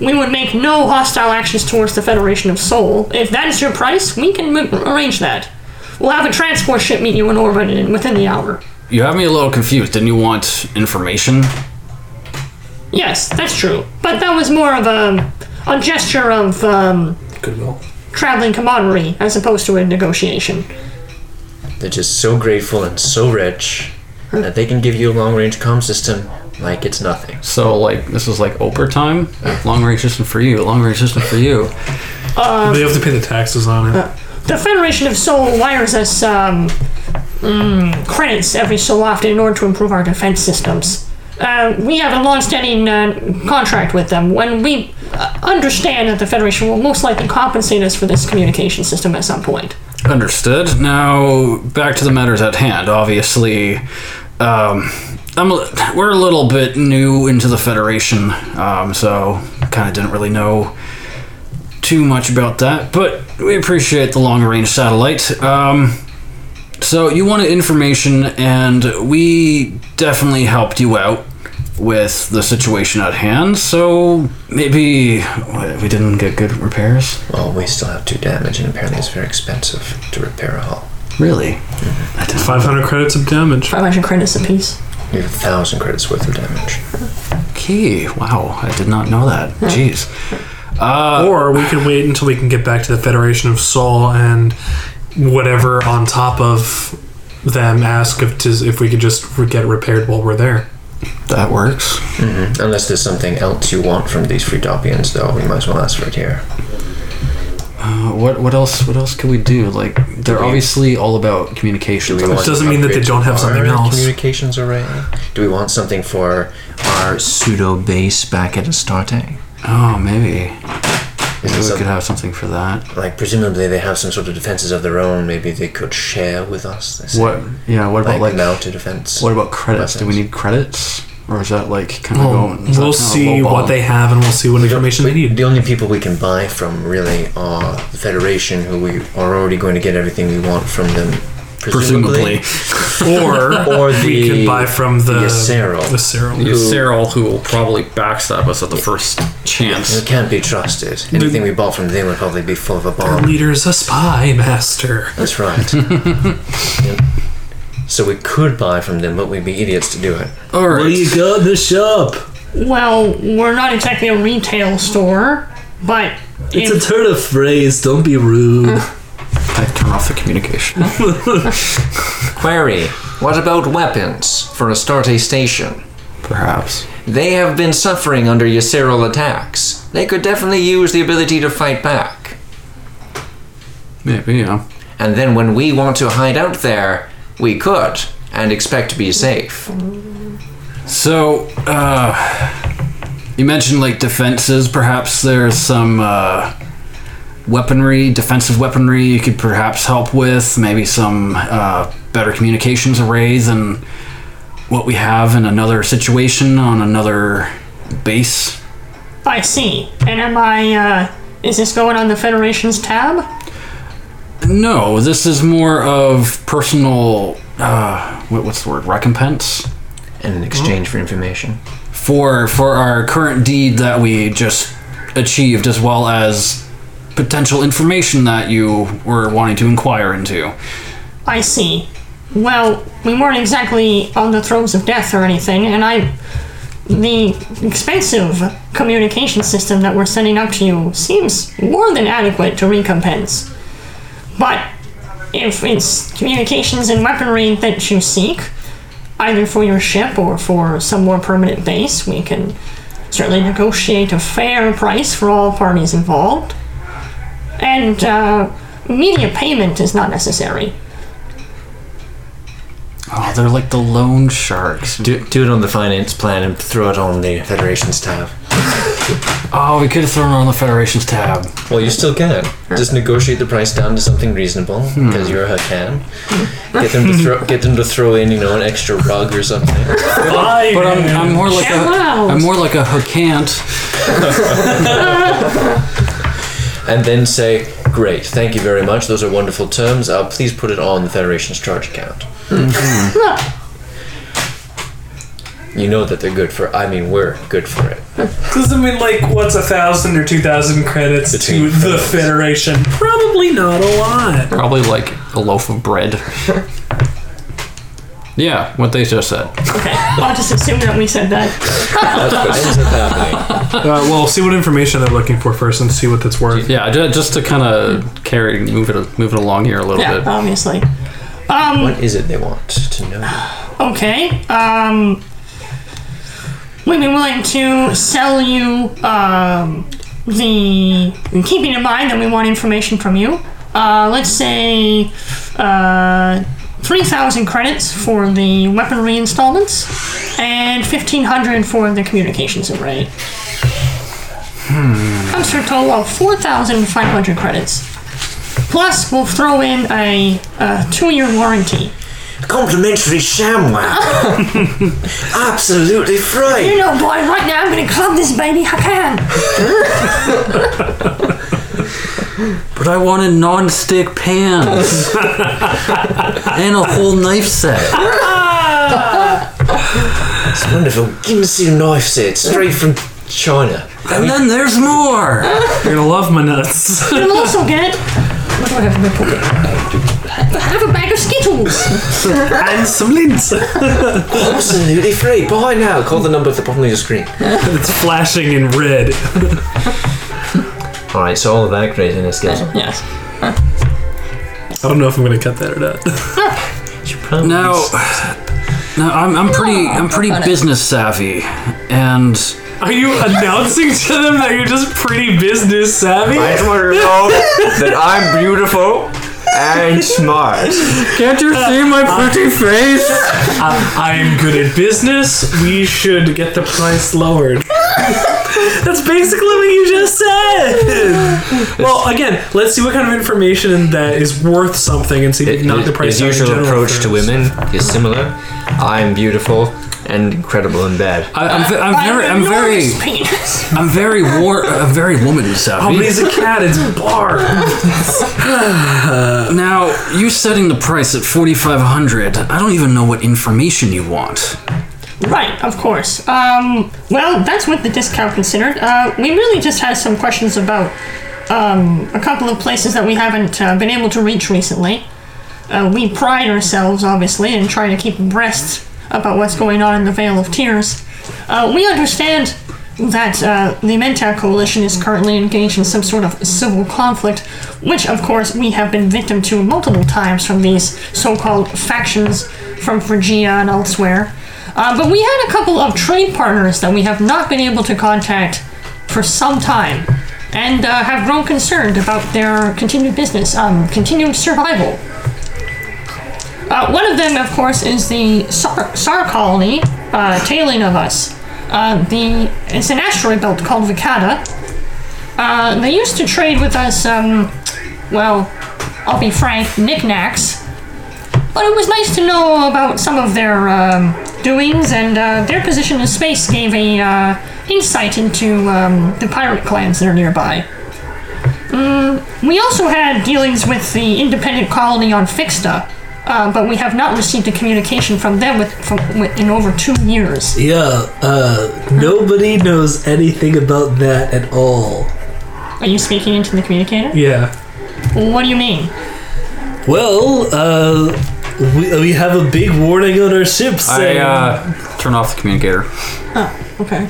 we would make no hostile actions towards the Federation of Soul. If that is your price, we can m- arrange that. We'll have a transport ship meet you in orbit in, within the hour. You have me a little confused. Didn't you want information? Yes, that's true. But that was more of a, a gesture of um, Goodwill. traveling camaraderie as opposed to a negotiation. They're just so grateful and so rich that they can give you a long range comm system like it's nothing. So like this is like Oprah time. Long range system for you. Long range system for you. they have to pay the taxes on it. The Federation of Soul wires us um, mm, credits every so often in order to improve our defense systems. Uh, we have a long-standing uh, contract with them. When we uh, understand that the Federation will most likely compensate us for this communication system at some point. Understood. Now back to the matters at hand. Obviously, um, I'm a, we're a little bit new into the Federation, um, so kind of didn't really know too much about that. But we appreciate the long range satellite. Um, so you wanted information, and we definitely helped you out with the situation at hand. So maybe what, we didn't get good repairs. Well, we still have two damage, and apparently it's very expensive to repair a hull. Really? 500 credits of damage. Five hundred credits apiece. You have a thousand credits worth of damage. Okay. Wow. I did not know that. Jeez. or we can wait until we can get back to the Federation of Soul and whatever on top of them ask if, to, if we could just re- get it repaired while we're there. That works. Unless there's something else you want from these Freetopians, though, we might as well ask for it here. Uh, what what else what else can we do? Like they're obviously all about communications. Do we want doesn't mean that they upgrades don't have for something our else. Communications array. Do we want something for our pseudo base back at Astarte? oh, maybe. Is Maybe we it could something have something for that. like presumably they have some sort of defenses of their own? Maybe they could share with us. They say. What? Yeah. What Like, about like? mounted defense. What about credits? Do we weapons. need credits, or is that like kind of Well, going? is that we'll kinda see lowball? what they have and we'll see what information they need. The only people we can buy from really are the Federation, who we are already going to get everything we want from them. presumably. Or, Or the we can buy from the, the Acero. the Acero. Cyril, who will probably backstab us at the first chance. It can't be trusted. Anything we bought from them would probably be full of a Our bomb. leader's a spy master. That's right. Yep. So we could buy from them, but we'd be idiots to do it. All What do right. you got in the shop? Well, we're not exactly a retail store, but It's a if- turn of phrase. Don't be rude. I turn off the communication. Query. What about weapons for Astarte Station? Perhaps. They have been suffering under Yasseral attacks. They could definitely use the ability to fight back. Maybe. Yeah. And then when we want to hide out there, we could and expect to be safe. So, uh, you mentioned like defenses. Perhaps there's some uh, weaponry, defensive weaponry you could perhaps help with. Maybe some uh, better communications arrays than what we have in another situation on another base. I see. And am I? Uh, is this going on the Federation's tab? No, this is more of personal. Uh, what, what's the word? Recompense. And in exchange for information. for for our current deed that we just achieved as well as potential information that you were wanting to inquire into I see. Well, we weren't exactly on the throes of death or anything, and I. The expensive communication system that we're sending out to you seems more than adequate to recompense. But if it's communications and weaponry that you seek, either for your ship or for some more permanent base, we can certainly negotiate a fair price for all parties involved. And uh, media payment is not necessary. oh they're like the loan sharks Do, do it on the finance plan and throw it on the Federation's tab. oh we could have thrown her on the federation's tab Well, you still can. Just negotiate the price down to something reasonable because you're a can. Get them to throw, get them to throw in, you know, an extra rug or something. but i'm, I'm more like Shout a out. i'm more like a hookant and then say, "Great, thank you very much. Those are wonderful terms. Uh, please put it on the Federation's charge account." Mm-hmm. you know that they're good for. I mean, we're good for it. Doesn't mean like what's a thousand or two thousand credits Between to the credits. Federation? Probably not a lot. probably like a loaf of bread Yeah, what they just said. Okay. I'll just assume that we said that. What ends up happening? Uh, well, see what information they're looking for first and see what that's worth. Yeah, ju- just to kind of carry move it move it along here a little Yeah, bit. obviously. What is it they want to know? Okay. Um, we'd be willing to sell you um, the keeping in mind that we want information from you. Uh, let's say uh, three thousand credits for the weaponry installments, and fifteen hundred for the communications array. Comes to a total of four thousand five hundred credits. Plus, we'll throw in a, a two-year warranty. Complimentary ShamWow. Absolutely You fried. know, boy, right now I'm gonna club this baby. I can. But I wanted non-stick pans and a whole knife set. It's wonderful. Ginsu knife set straight from China. And then there's more. You're gonna love my nuts. You'll also get. What do I have in my pocket? I have a bag of Skittles. and some lints. Absolutely free. Buy now. Call the number at the bottom of your screen. it's flashing in red. All right. So all of that craziness goes. Yes. I don't know if I'm gonna cut that or not. Now, now I'm, I'm pretty I'm pretty business savvy, and Are you announcing to them that you're just pretty business savvy? I just want to know that I'm beautiful and smart. can't you see my pretty face? I'm good at business. We should get the price lowered. That's basically what you just said. Well, again, let's see what kind of information that is worth something and see if we can knock the price His down in usual general approach to terms. women is similar. I'm beautiful and incredible in bed. I, I'm, ve- I'm very I'm very Penis. I'm very war I'm very woman Oh, but savvy. he's a cat. It's bar. Now you setting the price at forty five hundred. I don't even know what information you want. Right, of course. Um, well, that's what the discount considered. Uh, we really just had some questions about um, a couple of places that we haven't uh, been able to reach recently. Uh, we pride ourselves, obviously, in trying to keep abreast about what's going on in the Vale of Tears. Uh, we understand that uh, the Mentat Coalition is currently engaged in some sort of civil conflict, which, of course, we have been victim to multiple times from these so called factions from Phrygia and elsewhere. Uh, but we had a couple of trade partners that we have not been able to contact for some time and uh, have grown concerned about their continued business, um, continued survival. Uh, one of them, of course, is the Sar, Sar colony uh, tailing of us. Uh, the it's an asteroid belt called Vicada. Uh, they used to trade with us. Um, well, I'll be frank, knickknacks. But it was nice to know about some of their um, doings, and uh, their position in space gave a uh, insight into um, the pirate clans that are nearby. We also had dealings with the independent colony on Fixta, uh, but we have not received a communication from them with, from, with, in over two years. Yeah, uh, nobody knows anything about that at all. Are you speaking into the communicator? Yeah. What do you mean? Well, uh, we, we have a big warning on our ship I saying. uh, turn off the communicator. Okay.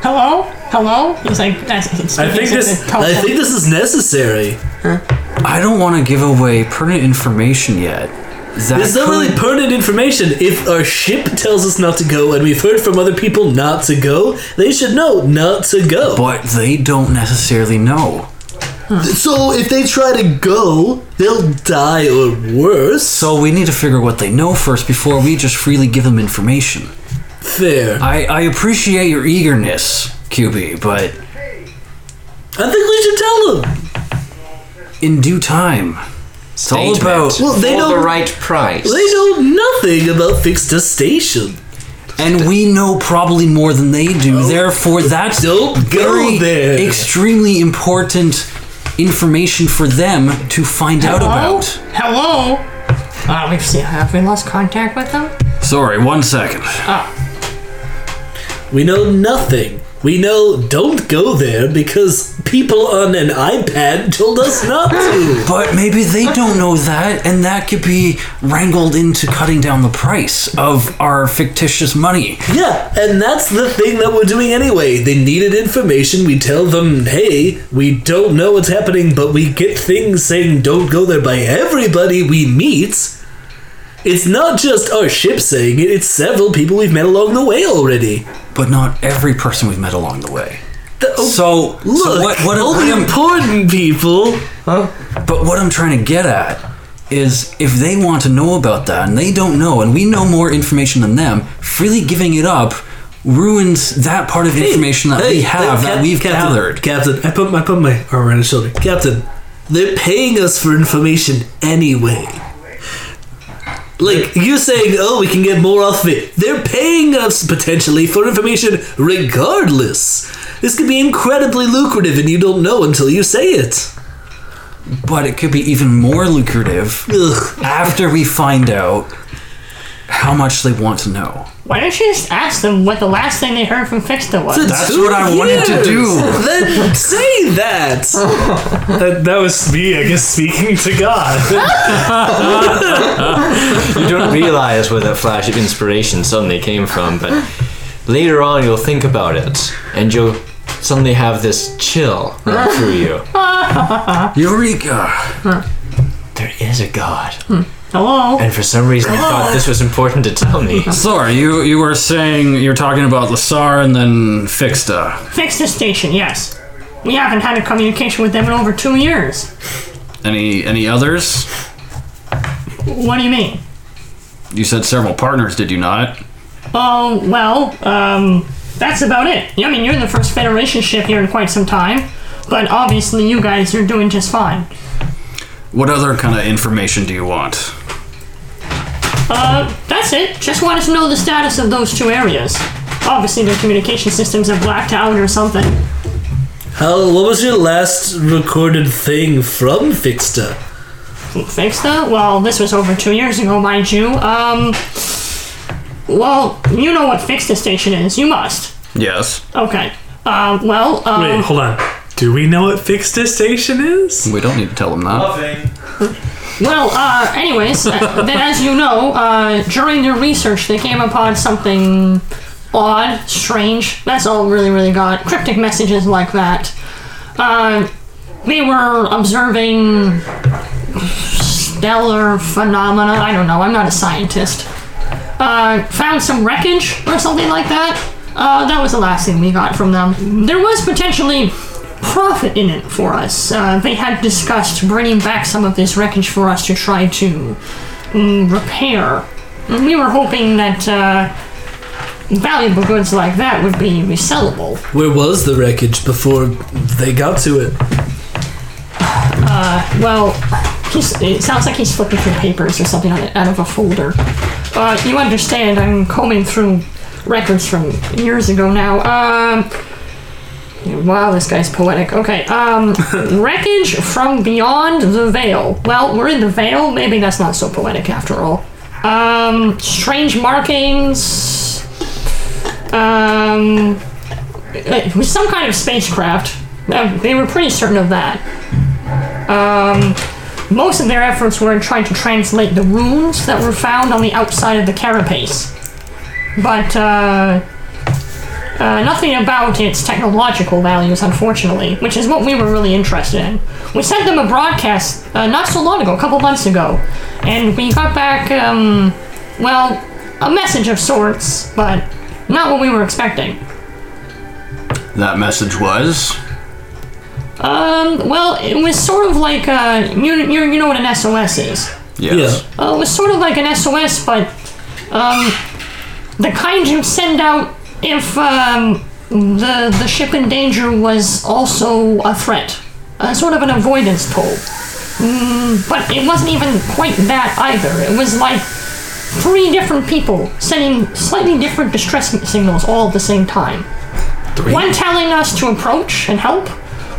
Hello? Hello? He's like, that's, it's I think this- I think this is necessary. I don't want to give away pertinent information yet. That It's not could- really pertinent information. If our ship tells us not to go and we've heard from other people not to go, they should know not to go. but they don't necessarily know. So if they try to go, they'll die or worse. So we need to figure out what they know first before we just freely give them information. fair. I, I appreciate your eagerness, QB, but I think we should tell them. in due time. It's all Statement. about. Well, they For know the right price. they know nothing about fixed station. And we know probably more than they do, therefore, that's Don't go very there. extremely important information for them to find out Hello? about. Hello? Uh, we've seen, have we lost contact with them? Sorry, one second. We know nothing. We know don't go there because people on an iPad told us not to. But maybe they don't know that, and that could be wrangled into cutting down the price of our fictitious money. yeah, and that's the thing that we're doing anyway. They needed information. We tell them, hey, we don't know what's happening, but we get things saying don't go there by everybody we meet. It's not just our ship saying it, it's several people we've met along the way already. But not every person we've met along the way. The- oh, So, so look, what, what, all the what, I'm, important people. But what I'm trying to get at is if they want to know about that and they don't know, and we know more information than them, freely giving it up ruins that part of information that Hey, we have hey, that Cap- we've Captain, gathered. Captain, I put my, I put my arm around his shoulder. Captain, they're paying us for information anyway. Like you're saying, oh, we can get more off of it. They're paying us potentially for information regardless. This could be incredibly lucrative, and you don't know until you say it. But it could be even more lucrative Ugh. after we find out how much they want to know. Why don't you just ask them what the last thing they heard from Fixta was? That's what I wanted to do. Then say that. That, that was me, I guess, speaking to God. You don't realize where that flash of inspiration suddenly came from, but later on you'll think about it, and you'll suddenly have this chill run through you. Eureka! There is a god, Hello? and for some reason you thought this was important to tell me. Sorry, you you were saying you're talking about Lasar and then Fixta, Fix the station, yes. We haven't had a communication with them in over two years. Any any others? What do you mean? You said several partners, did you not? Oh, well, um, that's about it. I mean, you're the first Federation ship here in quite some time, but obviously you guys are doing just fine. What other kind of information do you want? Uh, that's it. Just wanted to know the status of those two areas. Obviously, their communication systems have blacked out or something. How? What was your last recorded thing from Fixter? Fixed that? Well, this was over two years ago, mind you. Um, well, you know what Fixed Station is. You must. Yes. Okay. Uh, well, um, Wait, hold on. Do we know what fixed this station is? We don't need to tell them that. Well, uh, anyways, uh, then as you know, uh, during their research, they came upon something odd, strange. That's all really, really got. Cryptic messages like that. Uh, they were observing stellar phenomena. I don't know. I'm not a scientist. Uh, found some wreckage or something like that. Uh, that was the last thing we got from them. There was potentially profit in it for us. Uh, they had discussed bringing back some of this wreckage for us to try to mm, repair. And we were hoping that uh, valuable goods like that would be resellable. Where was the wreckage before they got to it? Well, he's, it sounds like he's flipping through papers or something on it, out of a folder. Uh, you understand, I'm combing through records from years ago now. Um, wow, this guy's poetic. Okay, um, wreckage from beyond the veil. Well, we're in the veil, maybe that's not so poetic after all. Um, strange markings. Um, it was some kind of spacecraft. Uh, They were pretty certain of that. Um, most of their efforts were in trying to translate the runes that were found on the outside of the carapace. But uh, uh, nothing about its technological values, unfortunately, which is what we were really interested in. We sent them a broadcast uh, not so long ago, a couple months ago, and we got back, um, well, a message of sorts, but not what we were expecting. That message was Um, well, it was sort of like, uh, you, you, you know what an SOS is. yes. Uh, it was sort of like an SOS, but um, the kind you send out if um, the the ship in danger was also a threat, uh, sort of an avoidance pull. Mm, but it wasn't even quite that either. It was like three different people sending slightly different distress signals all at the same time. One telling us to approach and help,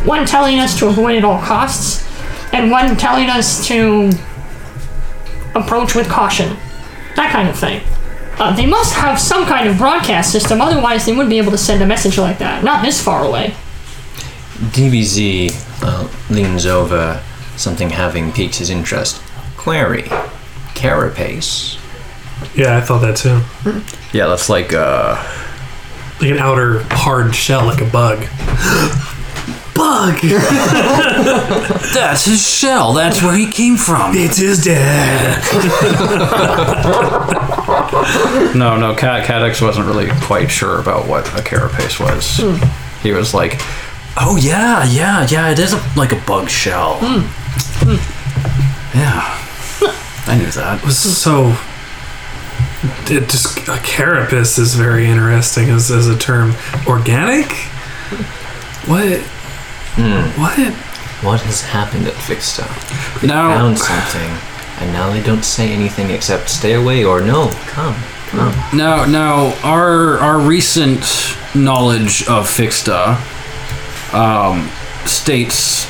one telling us to avoid at all costs, and one telling us to approach with caution. That kind of thing. Uh, they must have some kind of broadcast system, otherwise, they wouldn't be able to send a message like that. Not this far away. DBZ uh, leans over something having piqued his interest. Query. Carapace. Yeah, I thought that too. Yeah, that's like uh, Like an outer hard shell, like a bug. Bug! That's his shell. That's where he came from. It's his dad. No, no, Cat Cadex wasn't really quite sure about what a carapace was. He was like, Hmm. Oh yeah, yeah, yeah. It is a, like a bug shell. Hmm. Yeah, I knew that. So, it just a carapace is very interesting as, as a term. Organic? What? Hmm. What? What has happened at Fixstar? They No. found something, and now they don't say anything except stay away or no, come. Now, now, our our recent knowledge of Fixta um, states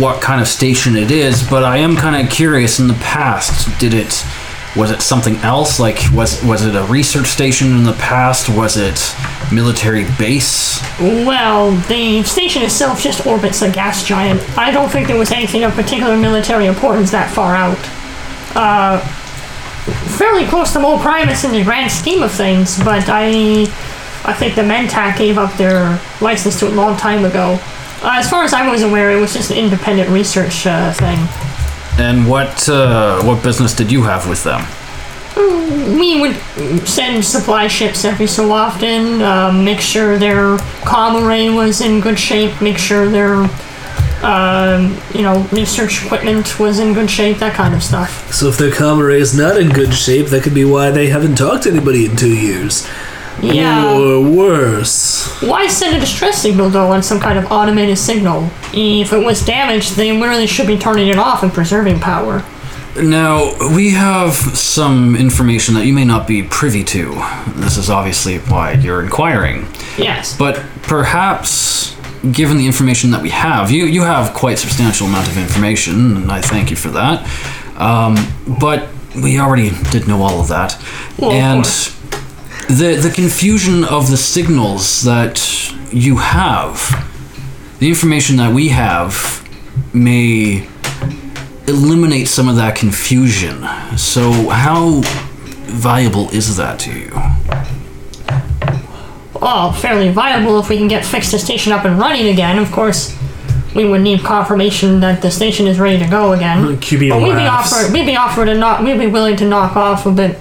what kind of station it is, but I am kind of curious. In the past, did it was it something else? Like was was it a research station in the past? Was it military base? Well, the station itself just orbits a gas giant. I don't think there was anything of particular military importance that far out. Uh, fairly close to Mole Primus in the grand scheme of things, but I, I think the Mentac gave up their license to it a long time ago. Uh, as far as I was aware, it was just an independent research uh, thing. And what uh, what business did you have with them? we would send supply ships every so often, um, make sure their comm array was in good shape, make sure their, um, you know, research equipment was in good shape, that kind of stuff. So if their camera is not in good shape, that could be why they haven't talked to anybody in two years. Yeah. Or worse. Why send a distress signal though on some kind of automated signal? If it was damaged, they really should be turning it off and preserving power. Now, we have some information that you may not be privy to. This is obviously why you're inquiring. Yes. But perhaps, given the information that we have, you, you have quite substantial amount of information, and I thank you for that. Um, but we already did know all of that. of and course. the, the confusion of the signals that you have, the information that we have, may eliminate some of that confusion. So, how valuable is that to you? all Oh, fairly viable if we can get fixed the station up and running again. Of course, we would need confirmation that the station is ready to go again. QB But we'd be laughs. offered, we'd be offered a knock, we'd be willing to knock off a bit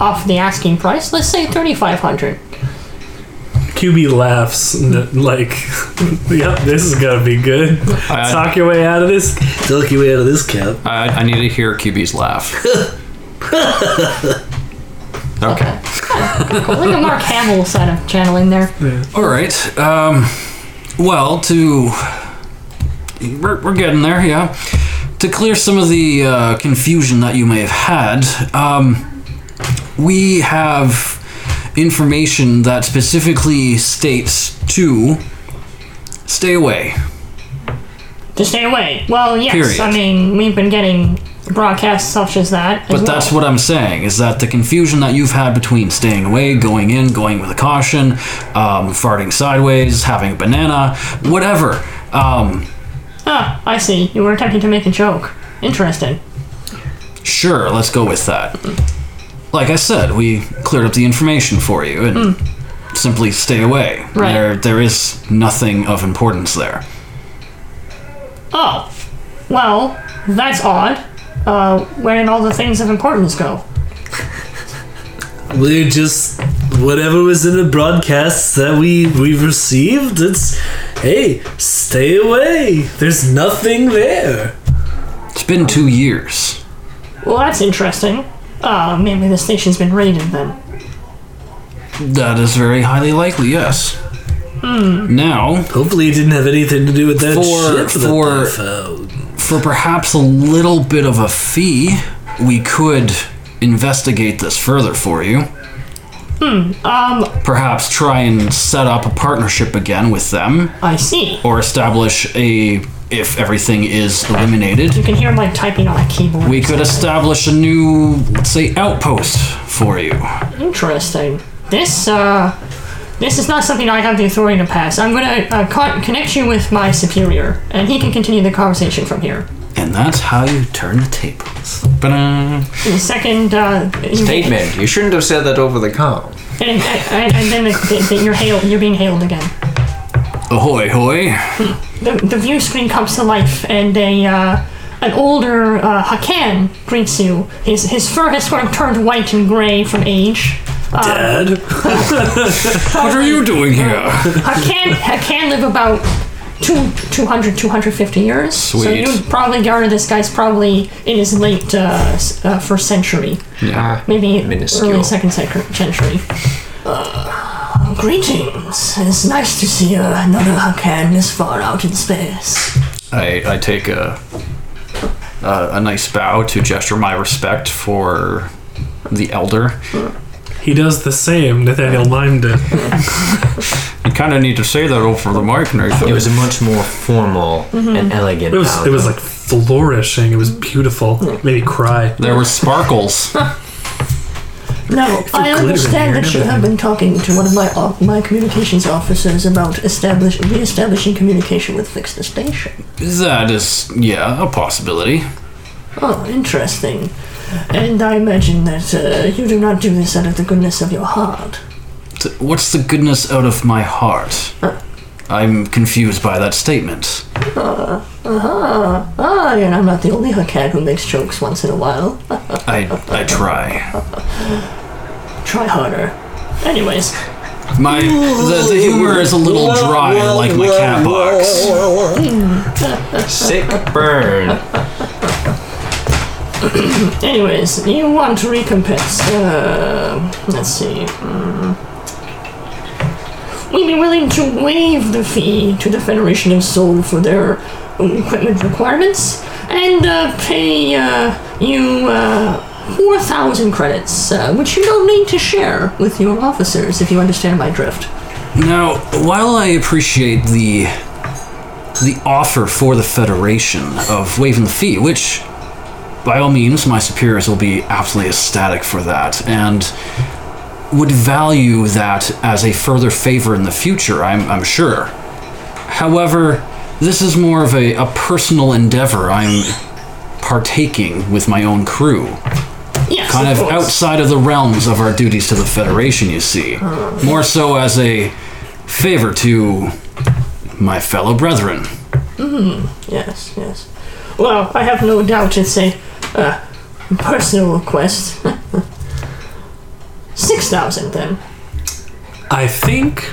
off the asking price. Let's say thirty five hundred. QB laughs n- like, yep, this is gonna be good. Talk your way out of this. Talk your way out of this cap. I, I need to hear QB's laugh. okay. Cool. Look at Mark Hamill side of channeling there. All right. Um, well, to we're, we're getting there, yeah. To clear some of the uh, confusion that you may have had, um, we have information that specifically states to stay away. To stay away. Well, yes. Period. I mean, we've been getting broadcasts such as that. But that's what I'm saying is that the confusion that you've had between staying away, going in, going with a caution, um, farting sideways, having a banana, whatever. Um, Ah, I see. You were attempting to make a joke. Interesting. Sure, let's go with that. Like I said, we cleared up the information for you and simply stay away. Right. There, there is nothing of importance there. Oh, well, that's odd. Uh, where did all the things of importance go? We're just whatever was in the broadcasts that we we received. It's hey, stay away. There's nothing there. It's been two years. Well, that's interesting. Uh, maybe the station's been raided then. That is very highly likely, yes. Now, Hopefully, it didn't have anything to do with that For- shit that for- they found. for perhaps a little bit of a fee, we could investigate this further for you. Hmm. Um. Perhaps try and set up a partnership again with them. I see. or establish a if everything is eliminated You can hear him like typing on a keyboard. we could establish a new let's say outpost for you Interesting. This, uh, This is not something I have the authority to pass. I'm going to uh, con- connect you with my superior, and he can continue the conversation from here. And that's how you turn the tables. Ba-da. The second uh, Statement. You shouldn't have said that over the com. and, and, and then the, the, the, you're hailed. You're being hailed again. Ahoy, hoy. The, the view screen comes to life, and a uh, an older uh, Hakan greets you. His his fur has sort of turned white and gray from age. Dad? What are you doing here? Hakan Hakan live about. Two, 200, 250 years. So Sweet. you would probably garner this guy's probably in his late uh, s- uh, first century. Yeah. Maybe early Minuscule. second cent- century. Uh, greetings. It's nice to see uh, another Hakan this far out in space. I, I take a, a a nice bow to gesture my respect for the elder. He does the same, Nathaniel Lyme did. I kind of need to say that over the mic and everything. It was a much more formal and elegant. It was, it was like flourishing. It was beautiful. Made me cry. there were sparkles. Now, I glittering understand here that and you have been talking to one of my op- my communications officers about establish- re-establishing communication with Fixed Station. that is, yeah, a possibility. Oh, interesting. And I imagine that uh, you do not do this out of the goodness of your heart. T- What's the goodness out of my heart? I'm confused by that statement. Ah, and I'm not the only Hakan who makes jokes once in a while. I I try. Try harder. Anyways, My the, the humor is a little dry, like my cat box. Sick burn. Anyways, you want recompense. Uh, let's see. Hmm. We'd be willing to waive the fee to the Federation of Soul for their equipment requirements and uh, pay uh, you uh, 4,000 credits, uh, which you don't need to share with your officers if you understand my drift. Now, while I appreciate the the offer for the Federation of waiving the fee, which by all means my superiors will be absolutely ecstatic for that and would value that as a further favor in the future, I'm, I'm sure. However, this is more of a, a personal endeavor I'm partaking with my own crew Yes, kind of course. outside of the realms of our duties to the Federation, you see. More so as a favor to my fellow brethren. Yes, yes. Well, I have no doubt it's a uh, personal request. Six thousand, then. I think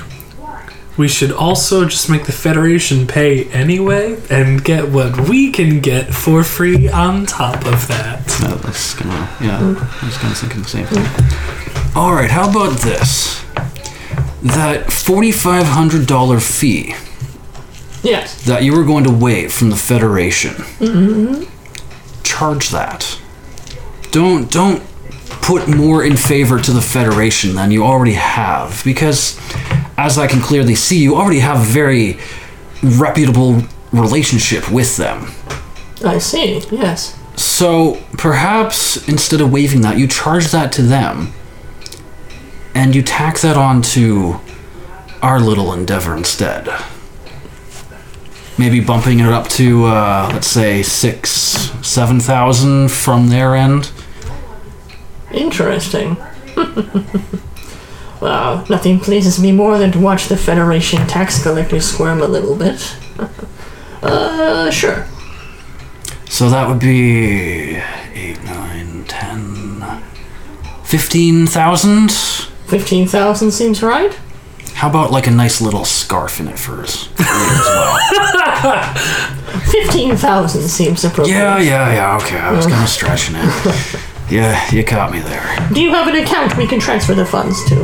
we should also just make the Federation pay anyway and get what we can get for free on top of that. Oh, that's gonna, yeah, I was kind of thinking the same thing. All right, how about this? That $4,500 fee Yes. that you were going to waive from the Federation. Charge that. Don't don't put more in favor to the Federation than you already have, because as I can clearly see, you already have a very reputable relationship with them. I see. Yes. So perhaps instead of waiving that, you charge that to them, and you tack that on to our little endeavor instead. Maybe bumping it up to uh, let's say six, seven thousand from their end. Interesting. wow, nothing pleases me more than to watch the Federation tax collectors squirm a little bit. uh, sure. So that would be eight, nine, ten, fifteen thousand. Fifteen thousand seems right. How about like a nice little scarf in it first? Fifteen thousand seems appropriate. Yeah, yeah, yeah. Okay, I was kind of stretching it. Yeah, you caught me there. Do you have an account we can transfer the funds to?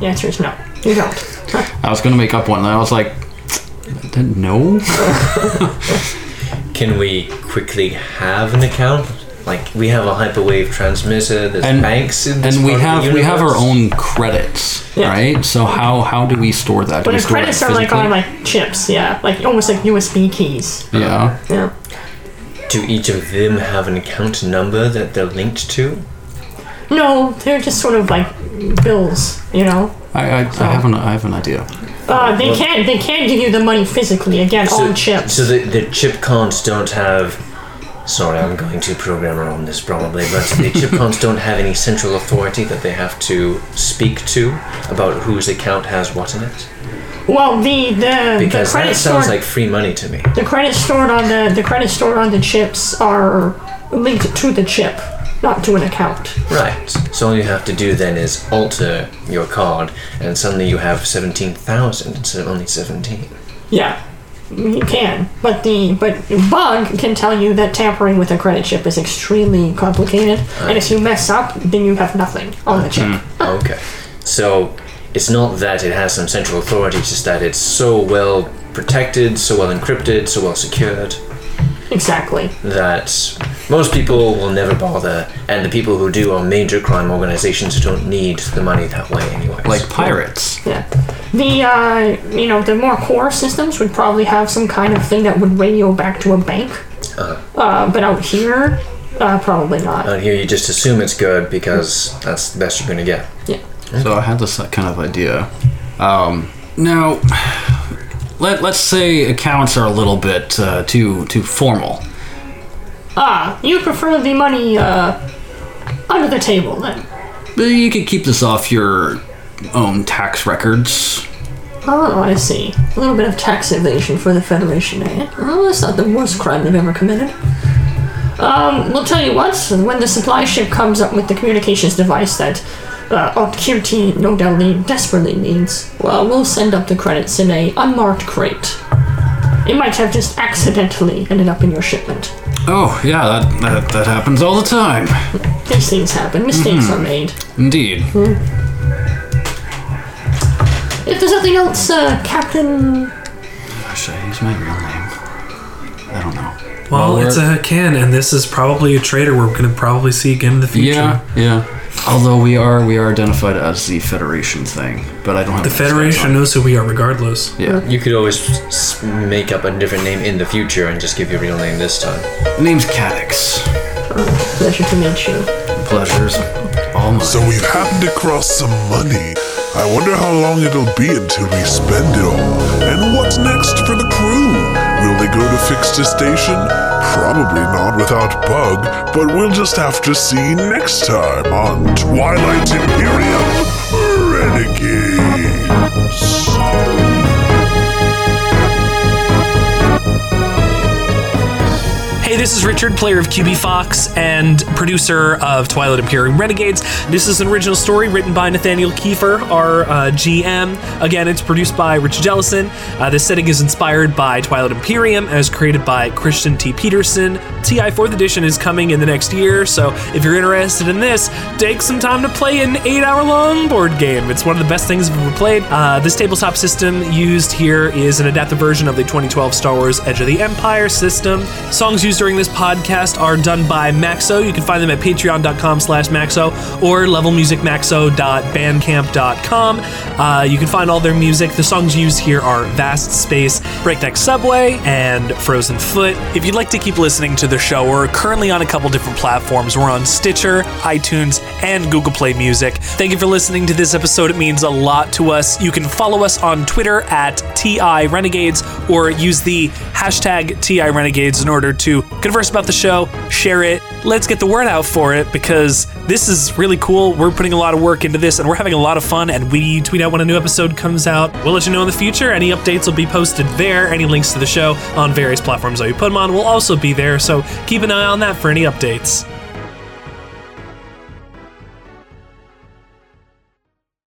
The answer is no. You don't. I was gonna make up one, and I was like, no. Can we quickly have an account? Like we have a hyperwave transmitter. There's And- banks in this And we part of the have we have our universe. own credits, Yeah. right? So how how do we store that? Do But we the store credits it are like physically? on like chips, yeah, like almost like USB keys. yeah. Yeah. Do each of them have an account number that they're linked to? No, they're just sort of like bills, you know. I, I, Oh. I have an I have an idea. Uh, they can't they can't give you the money physically again on chips. So the, the chip cons don't have. Sorry, I'm going to programmer on this probably, but the chip cons don't have any central authority that they have to speak to about whose account has what in it. well, the the, the Because credit that sounds stored like free money to me. the credit stored on the the credit stored on the chips are linked to the chip, not to an account. Right. So all you have to do then is alter your card, and suddenly you have seventeen thousand instead of only seventeen. Yeah, you can, but the but bug can tell you that tampering with a credit chip is extremely complicated, and if you mess up, then you have nothing on the chip. Hmm. Okay. So it's not that it has some central authority, it's just that it's so well protected, so well encrypted, so well secured Exactly. that most people will never bother, and the people who do are major crime organizations who don't need the money that way anyway. Like pirates. Yeah. The uh, you know the more core systems would probably have some kind of thing that would radio back to a bank. Uh, but out here, uh, probably not. out here you just assume it's good because that's the best you're gonna get. Yeah. So I had this like, kind of idea. Um, now, let let's say accounts are a little bit uh, too too formal. Ah, you prefer the money uh, under the table then? But you could keep this off your own tax records. Oh, I see. A little bit of tax evasion for the Federation, eh? Oh, that's not the worst crime they've ever committed. Um, we'll tell you what, when the supply ship comes up with the communications device that uh, OpQT no doubt need- desperately needs, well, we'll send up the credits in a unmarked crate. It might have just accidentally ended up in your shipment. Oh yeah, that that, that happens all the time. These things happen, mistakes are made. Indeed. If there's nothing else, uh, Captain. Should I use my real name? I don't know. Well, Well, it's a can, and this is probably a traitor we're going to probably see again in the future. Yeah, yeah. Although we are we are identified as the Federation thing, but I don't have The Federation knows who we are, regardless. Yeah, You could always s- make up a different name in the future and just give your real name this time. name's Cadix. Pleasure to meet you. Pleasures, all mine. So we've happened across some money. I wonder how long it'll be until we spend it all. And what's next for the crew? Will they go to fix the station? Probably not without Bug, but we'll just have to see next time on Twilight Imperium Renegades. Hey, this is Richard, player of QB Fox and producer of Twilight Imperium Renegades. This is an original story written by Nathaniel Kiefer, our uh, GM. Again, it's produced by Richard Jellison. Uh, this setting is inspired by Twilight Imperium and is created by Christian T. Peterson. TI 4th edition is coming in the next year, so if you're interested in this, take some time to play an eight hour long board game. It's one of the best things I've ever played. Uh, this tabletop system used here is an adapted version of the 2012 Star Wars Edge of the Empire system. Songs used during this podcast are done by Maxo. You can find them at patreon.com slash Maxo or levelmusicmaxo.bandcamp.com. Uh, you can find all their music. The songs used here are Vast Space, Breakneck Subway, and Frozen Foot. If you'd like to keep listening to the show, we're currently on a couple different platforms. We're on Stitcher, iTunes, and Google Play Music. Thank you for listening to this episode. It means a lot to us. You can follow us on Twitter at TI Renegades or use the hashtag TI Renegades in order to converse about the show, share it. Let's get the word out for it because this is really cool. We're putting a lot of work into this and we're having a lot of fun. And we tweet out when a new episode comes out. We'll let you know in the future. Any updates will be posted there. Any links to the show on various platforms that you put them on will also be there. So keep an eye on that for any updates.